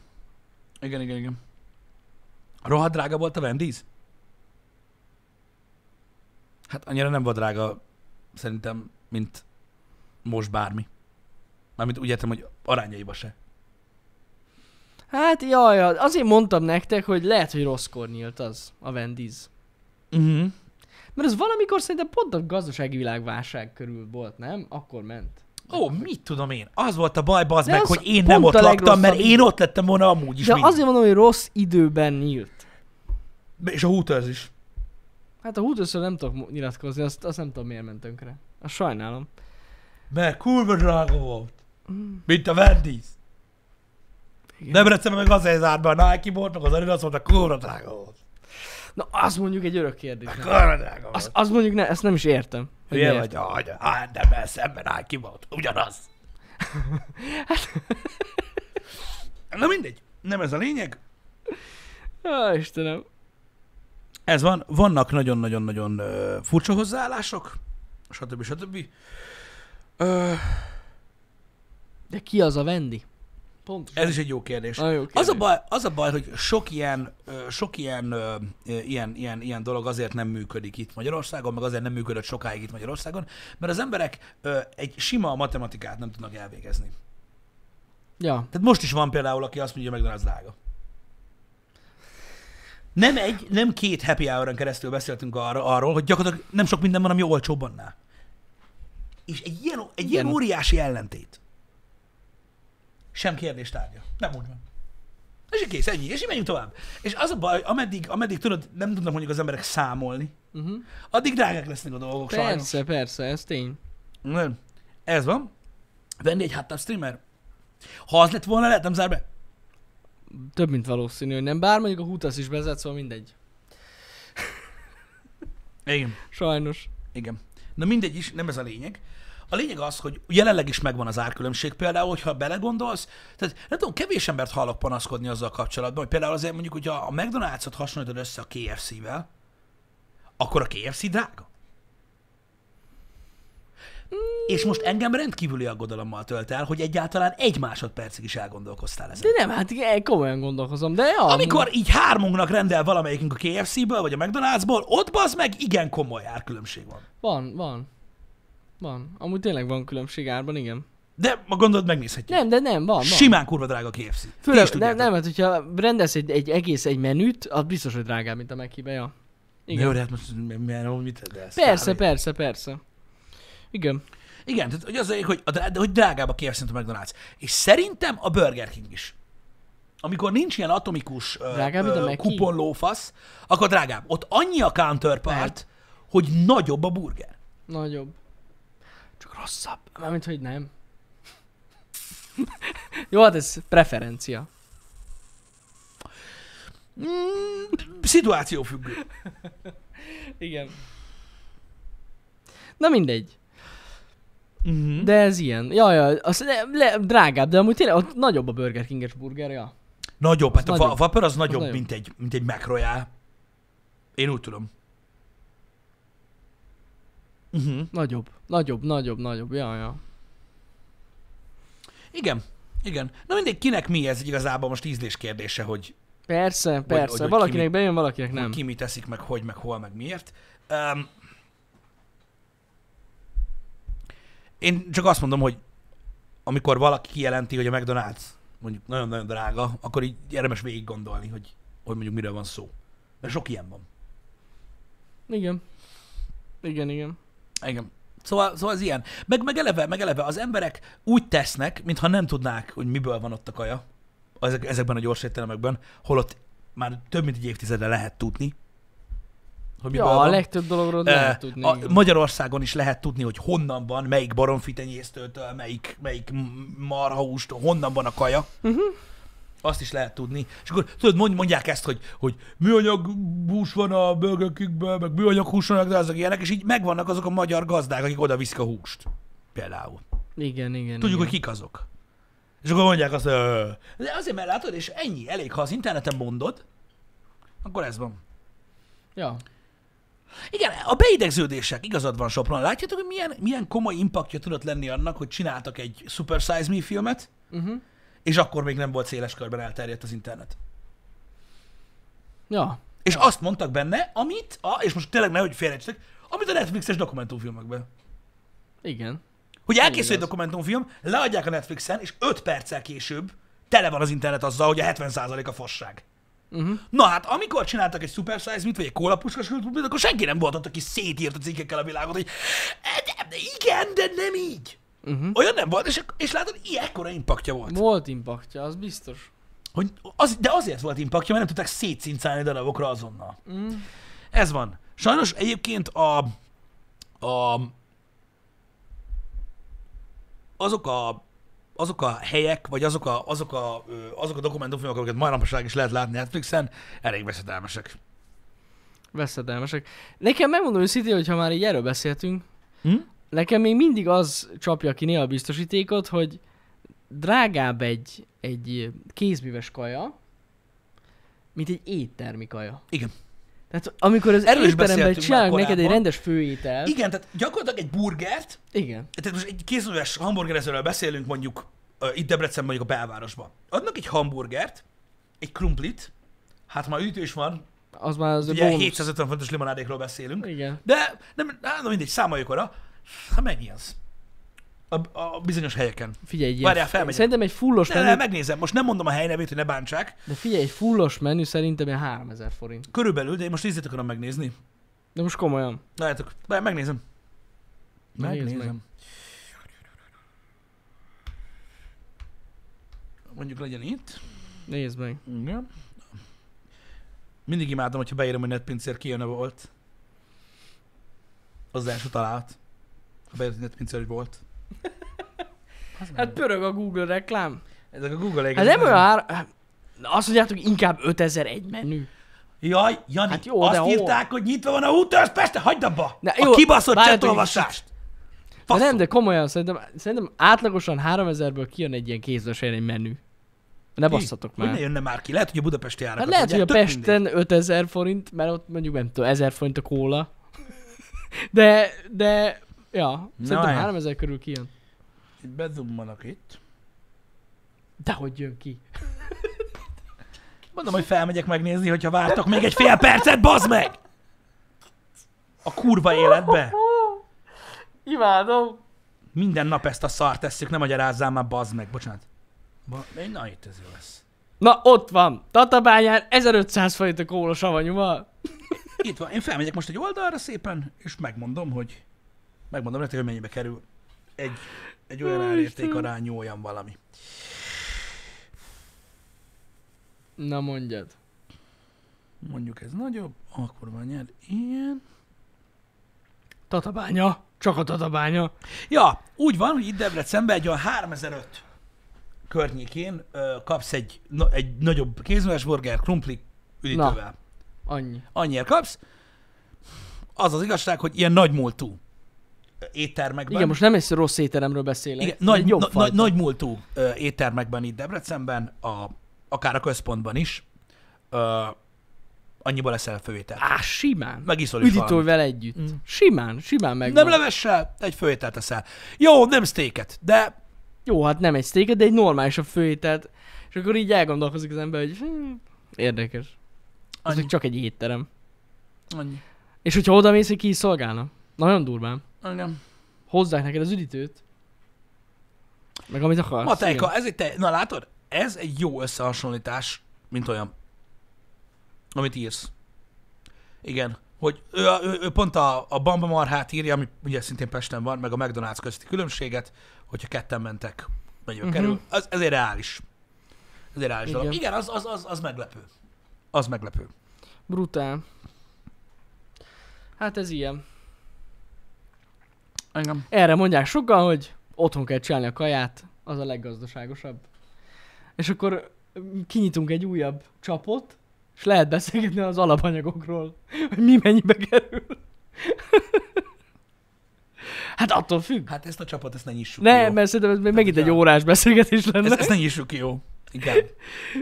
Speaker 1: Igen, igen, igen. Rohadt drága volt a Wendy's? Hát annyira nem volt drága, szerintem, mint most bármi. Mármint úgy értem, hogy arányaiba se.
Speaker 2: Hát jaj, jaj, azért mondtam nektek, hogy lehet, hogy rosszkor nyílt az a Wendy's. Mhm.
Speaker 1: Uh-huh.
Speaker 2: Mert az valamikor szerintem pont a gazdasági világválság körül volt, nem? Akkor ment.
Speaker 1: Ó, mit tudom én? Az volt a baj, bazd
Speaker 2: De
Speaker 1: meg,
Speaker 2: az
Speaker 1: hogy én
Speaker 2: pont
Speaker 1: nem
Speaker 2: a
Speaker 1: ott laktam,
Speaker 2: legrosszabb
Speaker 1: mert
Speaker 2: idő.
Speaker 1: én ott lettem volna amúgy is
Speaker 2: De
Speaker 1: mindig.
Speaker 2: azért mondom, hogy rossz időben nyílt.
Speaker 1: És a Hooters is.
Speaker 2: Hát a Hooters-ről nem tudok mo- nyilatkozni, azt, azt nem tudom miért ment tönkre. Azt sajnálom.
Speaker 1: Mert kurva drága volt. Mint a Wendy's.
Speaker 2: Igen.
Speaker 1: Debrecenben meg azért zárt be a Nike bolt, meg az Adidas volt, a kurva drága volt.
Speaker 2: Na, az mondjuk egy örök kérdés.
Speaker 1: Kurva drága volt.
Speaker 2: Az, az mondjuk ne, ezt nem is értem. hogy
Speaker 1: Hülye
Speaker 2: miért.
Speaker 1: vagy, hogy H&M-mel szemben áll ki volt. Ugyanaz. Na mindegy. Nem ez a lényeg.
Speaker 2: Á, Istenem.
Speaker 1: Ez van. Vannak nagyon-nagyon-nagyon ö, furcsa hozzáállások, stb. stb. Ö,
Speaker 2: De ki az a Vendi? Pontosan.
Speaker 1: Ez is egy jó kérdés.
Speaker 2: Nagyon jó
Speaker 1: Az a,
Speaker 2: kérdés.
Speaker 1: baj, az a baj, hogy sok ilyen, ö, sok ilyen, ö, ö, ilyen, ilyen, ilyen dolog azért nem működik itt Magyarországon, meg azért nem működött sokáig itt Magyarországon, mert az emberek ö, egy sima matematikát nem tudnak elvégezni.
Speaker 2: Ja.
Speaker 1: Tehát most is van például, aki azt mondja, hogy a McDonald's drága. Nem egy, nem két happy hour keresztül beszéltünk arra, arról, hogy gyakorlatilag nem sok minden van, ami olcsóbb annál. És egy ilyen, egy ilyen
Speaker 2: Igen.
Speaker 1: óriási ellentét. Sem kérdés tárgya. Nem úgy van. És így kész, ennyi. És így menjünk tovább. És az a baj, ameddig, ameddig tudod, nem tudnak mondjuk az emberek számolni,
Speaker 2: Uh-huh.
Speaker 1: addig drágák lesznek a dolgok sajnos.
Speaker 2: Persze, persze, ez tény.
Speaker 1: Nem. Ez van. Venni egy háttább streamer. Ha az lett volna, lehet nem zár be.
Speaker 2: Több, mint valószínű, hogy nem. Bár mondjuk a Hutas is bezet, szóval mindegy.
Speaker 1: Igen.
Speaker 2: Sajnos.
Speaker 1: Igen. Na mindegy is, nem ez a lényeg. A lényeg az, hogy jelenleg is megvan az árkülönbség például, hogyha belegondolsz, tehát nem tudom, kevés embert hallok panaszkodni azzal kapcsolatban, hogy például azért mondjuk, hogyha a McDonald's-ot hasonlítod össze a KFC-vel, akkor a KFC drága. És most engem rendkívüli aggodalommal tölt el, hogy egyáltalán egy másodpercig is elgondolkoztál ezen.
Speaker 2: De nem, hát igen, komolyan gondolkozom, de ja,
Speaker 1: Amikor így hármunknak rendel valamelyikünk a KFC-ből, vagy a McDonald's-ból, ott bazd meg, igen komoly árkülönbség van.
Speaker 2: Van, van. Van. Amúgy tényleg van különbség árban, igen.
Speaker 1: De ma gondolod, megnézhetjük.
Speaker 2: Nem, de nem, van, van.
Speaker 1: Simán kurva drága a KFC. Ti
Speaker 2: Főleg,
Speaker 1: is
Speaker 2: nem,
Speaker 1: tudjátok.
Speaker 2: nem, hát hogyha rendelsz egy, egy egész egy menüt, az biztos, hogy drágább, mint a Mekibe, ja.
Speaker 1: Na
Speaker 2: Igen.
Speaker 1: Jó, de hát most mi- mi- mi- mit de ez
Speaker 2: persze,
Speaker 1: kb.
Speaker 2: persze, persze. Igen.
Speaker 1: Igen, tehát hogy az, egyik, hogy, a drá- de hogy drágább a KFC, mint a McDonald's. És szerintem a Burger King is. Amikor nincs ilyen atomikus ö,
Speaker 2: Drágább, mint a
Speaker 1: ö,
Speaker 2: Mackey?
Speaker 1: kuponlófasz, akkor drágább. Ott annyi a counterpart,
Speaker 2: Lehet.
Speaker 1: hogy nagyobb a burger.
Speaker 2: Nagyobb. Csak rosszabb. Mármint, hogy nem. Jó, hát ez preferencia.
Speaker 1: Mm, szituáció függő.
Speaker 2: Igen. Na mindegy.
Speaker 1: Mm-hmm.
Speaker 2: De ez ilyen. Ja, ja, az le, le, drágább, de amúgy tényleg ott nagyobb a Burger King-es burger, ja.
Speaker 1: Nagyobb, hát a va-
Speaker 2: nagyobb.
Speaker 1: vapor az nagyobb,
Speaker 2: nagyobb.
Speaker 1: mint egy, mint egy Mac Royale. Én úgy tudom. Uh-huh.
Speaker 2: Nagyobb, nagyobb, nagyobb, nagyobb, ja, ja.
Speaker 1: Igen, igen. Na mindegy, kinek mi ez igazából most ízlés kérdése, hogy,
Speaker 2: Persze, persze.
Speaker 1: hogy- hogy
Speaker 2: valakinek
Speaker 1: ki
Speaker 2: bejön, valakinek
Speaker 1: nem.
Speaker 2: nem.
Speaker 1: ki mit teszik, meg hogy, meg hol, meg miért. Um, én csak azt mondom, hogy amikor valaki kijelenti, hogy a McDonald's mondjuk nagyon-nagyon drága, akkor így érdemes végig gondolni, hogy, hogy mondjuk miről van szó. Mert sok ilyen van.
Speaker 2: Igen. Igen, igen.
Speaker 1: Igen. Szóval, szóval ez ilyen. Meg, meg, eleve, meg eleve az emberek úgy tesznek, mintha nem tudnák, hogy miből van ott a kaja ezek, ezekben a gyors étteremekben, holott már több mint egy évtizede lehet tudni, hogy miből
Speaker 2: Ja, a
Speaker 1: van.
Speaker 2: legtöbb dologról
Speaker 1: Ö,
Speaker 2: lehet tudni.
Speaker 1: a
Speaker 2: igen.
Speaker 1: Magyarországon is lehet tudni, hogy honnan van, melyik baromfitenyésztőtől, melyik, melyik m- marhahústól, honnan van a kaja.
Speaker 2: Mhm.
Speaker 1: Uh-huh. Azt is lehet tudni. És akkor tudod, mond- mondják ezt, hogy, hogy műanyag hús van a Burger Kingben, meg műanyag hús van, de azok ilyenek, és így megvannak azok a magyar gazdák, akik oda viszik a húst. Például.
Speaker 2: Igen, igen.
Speaker 1: Tudjuk,
Speaker 2: igen.
Speaker 1: hogy kik azok. És akkor mondják azt, "Ö." de azért mert látod, és ennyi, elég, ha az interneten mondod, akkor ez van.
Speaker 2: Ja.
Speaker 1: Igen, a beidegződések, igazad van Sopron. Látjátok, hogy milyen, milyen komoly impaktja tudott lenni annak, hogy csináltak egy Super Size Me filmet,
Speaker 2: Uh-huh.
Speaker 1: és akkor még nem volt széles körben elterjedt az internet.
Speaker 2: Ja.
Speaker 1: És azt mondtak benne, amit, a, és most tényleg nehogy félrejtsetek, amit a Netflixes dokumentumfilmekben.
Speaker 2: Igen.
Speaker 1: Hogy elkészül egy
Speaker 2: Igaz.
Speaker 1: dokumentumfilm, leadják a Netflixen, és 5 perccel később tele van az internet azzal, hogy a 70% a fasság.
Speaker 2: Uh-huh.
Speaker 1: Na hát, amikor csináltak egy Super Size mit, vagy egy Cola Puskas mit, akkor senki nem volt ott, aki szétírt a cikkekkel a világot, hogy "E, de, de igen, de nem így.
Speaker 2: Uh-huh.
Speaker 1: Olyan nem volt, és, és látod, ilyekkora impaktja volt.
Speaker 2: Volt impaktja, az biztos.
Speaker 1: Hogy az, de azért volt impaktja, mert nem tudták szétszincálni darabokra azonnal.
Speaker 2: Mm.
Speaker 1: Ez van. Sajnos egyébként a, a azok a azok a helyek, vagy azok a, azok a, ö, azok a dokumentumfilmek, amiket mai napság is lehet látni Netflixen, elég veszedelmesek.
Speaker 2: Veszedelmesek. Nekem megmondom őszintén, hogy ha már így erről beszéltünk,
Speaker 1: Hm?
Speaker 2: nekem még mindig az csapja ki néha a biztosítékot, hogy drágább egy, egy kézműves kaja, mint egy éttermi kaja.
Speaker 1: Igen.
Speaker 2: Tehát amikor az
Speaker 1: Erről is
Speaker 2: étteremben
Speaker 1: beszéltünk már
Speaker 2: csinálnak neked egy
Speaker 1: korábban.
Speaker 2: rendes főételt,
Speaker 1: Igen, tehát gyakorlatilag egy burgert,
Speaker 2: igen.
Speaker 1: tehát most egy kézműves hamburgerezőről beszélünk mondjuk ö, itt Debrecenben, mondjuk a belvárosban. Adnak egy hamburgert, egy krumplit, hát ma ütés van,
Speaker 2: Az már az a
Speaker 1: ugye
Speaker 2: bónusz.
Speaker 1: 750 fontos limonádékról beszélünk,
Speaker 2: Igen.
Speaker 1: de nem, á, na mindegy, számoljuk arra, hát mennyi az? A, a bizonyos helyeken.
Speaker 2: Figyelj, egy
Speaker 1: Várjál,
Speaker 2: ilyen,
Speaker 1: felmegyek.
Speaker 2: szerintem egy fullos
Speaker 1: Ne,
Speaker 2: menü,
Speaker 1: ne, megnézem, most nem mondom a helynevét, hogy ne bántsák.
Speaker 2: de figyelj, egy fullos menü szerintem ilyen 3000 forint.
Speaker 1: Körülbelül, de én most ízét akarom megnézni.
Speaker 2: De most komolyan.
Speaker 1: Látjátok, Várj, hát megnézem.
Speaker 2: Na, nézd
Speaker 1: Megnézem. Mondjuk legyen itt.
Speaker 2: Nézd meg.
Speaker 1: Igen. Mindig imádom, hogyha beírom, hogy netpincér kijön a volt. Az első találat. Ha beírt, hogy netpincér, hogy volt.
Speaker 2: Hát pörög a Google reklám.
Speaker 1: Ezek a Google
Speaker 2: Hát nem olyan ára... Azt mondjátok, inkább 5000 egy menü.
Speaker 1: Jaj, Jani, hát
Speaker 2: Hát
Speaker 1: jó,
Speaker 2: jó,
Speaker 1: azt
Speaker 2: de hol?
Speaker 1: írták, hogy nyitva van a útörs Peste, hagyd abba!
Speaker 2: Na,
Speaker 1: a
Speaker 2: jó,
Speaker 1: kibaszott
Speaker 2: várjátok,
Speaker 1: csetolvasást!
Speaker 2: De nem,
Speaker 1: Faszom.
Speaker 2: de komolyan, szerintem, szerintem átlagosan 3000-ből kijön egy ilyen kézbes helyen egy menü. Ne basszatok
Speaker 1: Hogy ne
Speaker 2: már.
Speaker 1: jönne már ki? Lehet, hogy a budapesti árakat
Speaker 2: Hát lehet, hogy a
Speaker 1: tudják, tök mindegy.
Speaker 2: Pesten 5000 forint, mert ott mondjuk nem tudom, 1000 forint a kóla. De, de Ja, szerintem
Speaker 1: várjál.
Speaker 2: 3000 körül kijön.
Speaker 1: Így Bezummanak itt.
Speaker 2: De hogy jön ki?
Speaker 1: Mondom, hogy felmegyek megnézni, hogyha vártok még egy fél percet, bazd meg! A kurva életbe.
Speaker 2: Imádom.
Speaker 1: Minden nap ezt a szart tesszük, nem magyarázzál már, bazd meg, bocsánat. Ba, na itt ez jó lesz.
Speaker 2: Na, ott van. Tatabányán 1500 forint a kóla savanyúval.
Speaker 1: Itt van, én felmegyek most egy oldalra szépen, és megmondom, hogy megmondom nektek, hogy mennyibe kerül egy, egy olyan
Speaker 2: Ó,
Speaker 1: árérték
Speaker 2: Istenem.
Speaker 1: arányú olyan valami.
Speaker 2: Na mondjad.
Speaker 1: Mondjuk ez nagyobb, akkor van nyer ilyen.
Speaker 2: Tatabánya. Csak a tatabánya.
Speaker 1: Ja, úgy van, hogy itt Debrecenben egy olyan 3005 környékén ö, kapsz egy, na, egy nagyobb kézműves burger, krumpli üdítővel.
Speaker 2: Annyi.
Speaker 1: Annyiért kapsz. Az az igazság, hogy ilyen nagymúltú éttermekben.
Speaker 2: Igen, most nem egy rossz étteremről beszélek.
Speaker 1: igen,
Speaker 2: Ez
Speaker 1: nagy,
Speaker 2: egy jobb
Speaker 1: na, na,
Speaker 2: fajta.
Speaker 1: nagy múltú ö, éttermekben itt Debrecenben, a, akár a központban is, ö, annyiba leszel főételt.
Speaker 2: Á, simán.
Speaker 1: Megiszol is valamit.
Speaker 2: Üdítővel együtt. Mm. Simán, simán meg.
Speaker 1: Nem levessel, egy főételt teszel. Jó, nem sztéket, de
Speaker 2: Jó, hát nem egy steaket, de egy normálisabb főételt. És akkor így elgondolkozik az ember, hogy hm, érdekes. Ez
Speaker 1: annyi,
Speaker 2: még csak egy étterem.
Speaker 1: annyi.
Speaker 2: És hogyha oda mész, hogy ki is szolgálna. Nagyon durván.
Speaker 1: Igen.
Speaker 2: Hozzák neked az üdítőt. Meg amit akarsz.
Speaker 1: Matejka,
Speaker 2: igen.
Speaker 1: ez egy te... Na látod? Ez egy jó összehasonlítás, mint olyan, amit írsz. Igen. Hogy ő, ő, ő pont a, a Bamba marhát írja, ami ugye szintén Pesten van, meg a McDonald's közti különbséget, hogyha ketten mentek, mennyibe
Speaker 2: Mhm.
Speaker 1: uh-huh. kerül. Az, ez egy reális. Ez egy reális
Speaker 2: Igen.
Speaker 1: Igen, dolog. Igen az, az, az, az meglepő. Az meglepő.
Speaker 2: Brutál. Hát ez ilyen.
Speaker 1: Engem.
Speaker 2: Erre mondják sokan, hogy otthon kell csinálni a kaját, az a leggazdaságosabb. És akkor mm, kinyitunk egy újabb csapot, és lehet beszélgetni az alapanyagokról, hogy mi mennyibe kerül. hát attól függ.
Speaker 1: Hát ezt a csapat, ezt ne nyissuk ki, jó?
Speaker 2: Nem, mert szerintem ez még megint egy órás beszélgetés
Speaker 1: Ezt,
Speaker 2: lenne.
Speaker 1: ezt ne nyissuk ki, jó? Igen.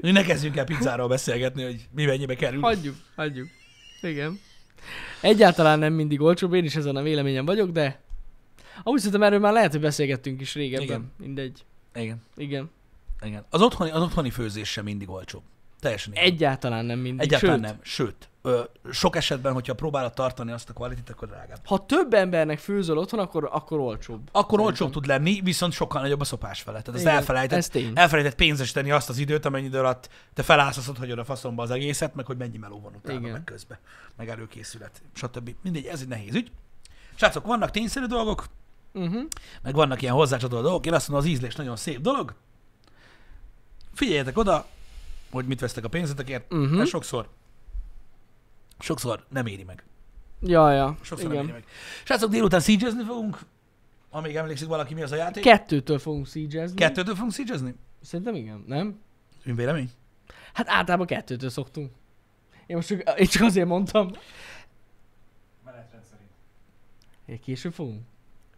Speaker 1: Ne kezdjünk el pizzáról beszélgetni, hogy mi mennyibe kerül.
Speaker 2: Hagyjuk, hagyjuk. Igen. Egyáltalán nem mindig olcsóbb, én is ezen a véleményen vagyok, de amúgy szerintem erről már lehet, hogy beszélgettünk is régebben. Igen.
Speaker 1: Igen.
Speaker 2: Mindegy.
Speaker 1: Igen.
Speaker 2: Igen.
Speaker 1: Igen. Az otthoni, az otthoni főzés sem mindig olcsóbb. Teljesen igaz.
Speaker 2: Egyáltalán nem mindig.
Speaker 1: Egyáltalán
Speaker 2: Sőt,
Speaker 1: nem. Sőt, ö, sok esetben, hogyha próbálod tartani azt a kvalitit, akkor drágább.
Speaker 2: Ha több embernek főzöl otthon, akkor, akkor olcsóbb.
Speaker 1: Akkor olcsóbb tud lenni, viszont sokkal nagyobb a szopás fele. Tehát azt
Speaker 2: Igen,
Speaker 1: Hát elfelejtett, Mm.
Speaker 2: ez tény.
Speaker 1: elfelejtett pénzesíteni azt az időt, amennyi idő alatt te felászaszod, hagyod a faszomba az egészet, meg hogy mennyi meló van utána,
Speaker 2: Igen.
Speaker 1: Igen. meg közben, meg előkészület, stb. Mindegy, ez egy nehéz ügy. Srácok, vannak tényszerű dolgok,
Speaker 2: Uh-huh.
Speaker 1: meg vannak ilyen hozzácsatolt dolgok. Én azt mondom, az ízlés nagyon szép dolog. Figyeljetek oda, hogy mit vesztek a pénzetekért,
Speaker 2: Mhm.
Speaker 1: uh-huh. mert sokszor, sokszor nem éri meg.
Speaker 2: Ja, ja.
Speaker 1: Sokszor Igen. nem éri
Speaker 2: Igen.
Speaker 1: meg. Srácok, délután szígyezni fogunk. Ha még emlékszik valaki, mi az a játék.
Speaker 2: Kettőtől fogunk szígyezni.
Speaker 1: Kettőtől fogunk szígyezni?
Speaker 2: Szerintem igen, nem?
Speaker 1: Ön vélemény?
Speaker 2: Hát általában kettőtől szoktunk. Én most csak, én csak azért mondtam.
Speaker 3: Menetrend szerint.
Speaker 2: Én később fogunk.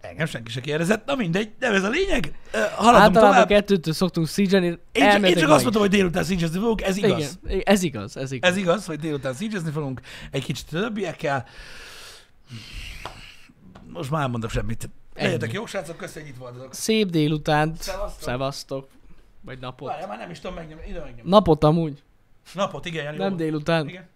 Speaker 1: Engem senki se kérdezett. Na mindegy, nem ez a lényeg. Ö, Haladom
Speaker 2: Általában
Speaker 1: tovább.
Speaker 2: kettőtől szoktunk szígyezni.
Speaker 1: Én csak, én csak azt mondtam, hogy délután szígyezni fogunk, ez igaz. Igen.
Speaker 2: Igen, ez igaz, ez igaz.
Speaker 1: Ez igaz, hogy délután szígyezni fogunk, egy kicsit a többiekkel. Most már nem mondok semmit. Legyetek
Speaker 2: Ennyi.
Speaker 1: jó, srácok, köszi, hogy itt voltatok.
Speaker 2: Szép délután.
Speaker 1: Szevasztok.
Speaker 2: Szevasztok. Vagy napot.
Speaker 1: Várjál, már nem is tudom megnyomni, ide megnyomni.
Speaker 2: Napot amúgy.
Speaker 1: Napot, igen, Jani,
Speaker 2: Nem
Speaker 1: jó volt.
Speaker 2: délután.
Speaker 1: Igen.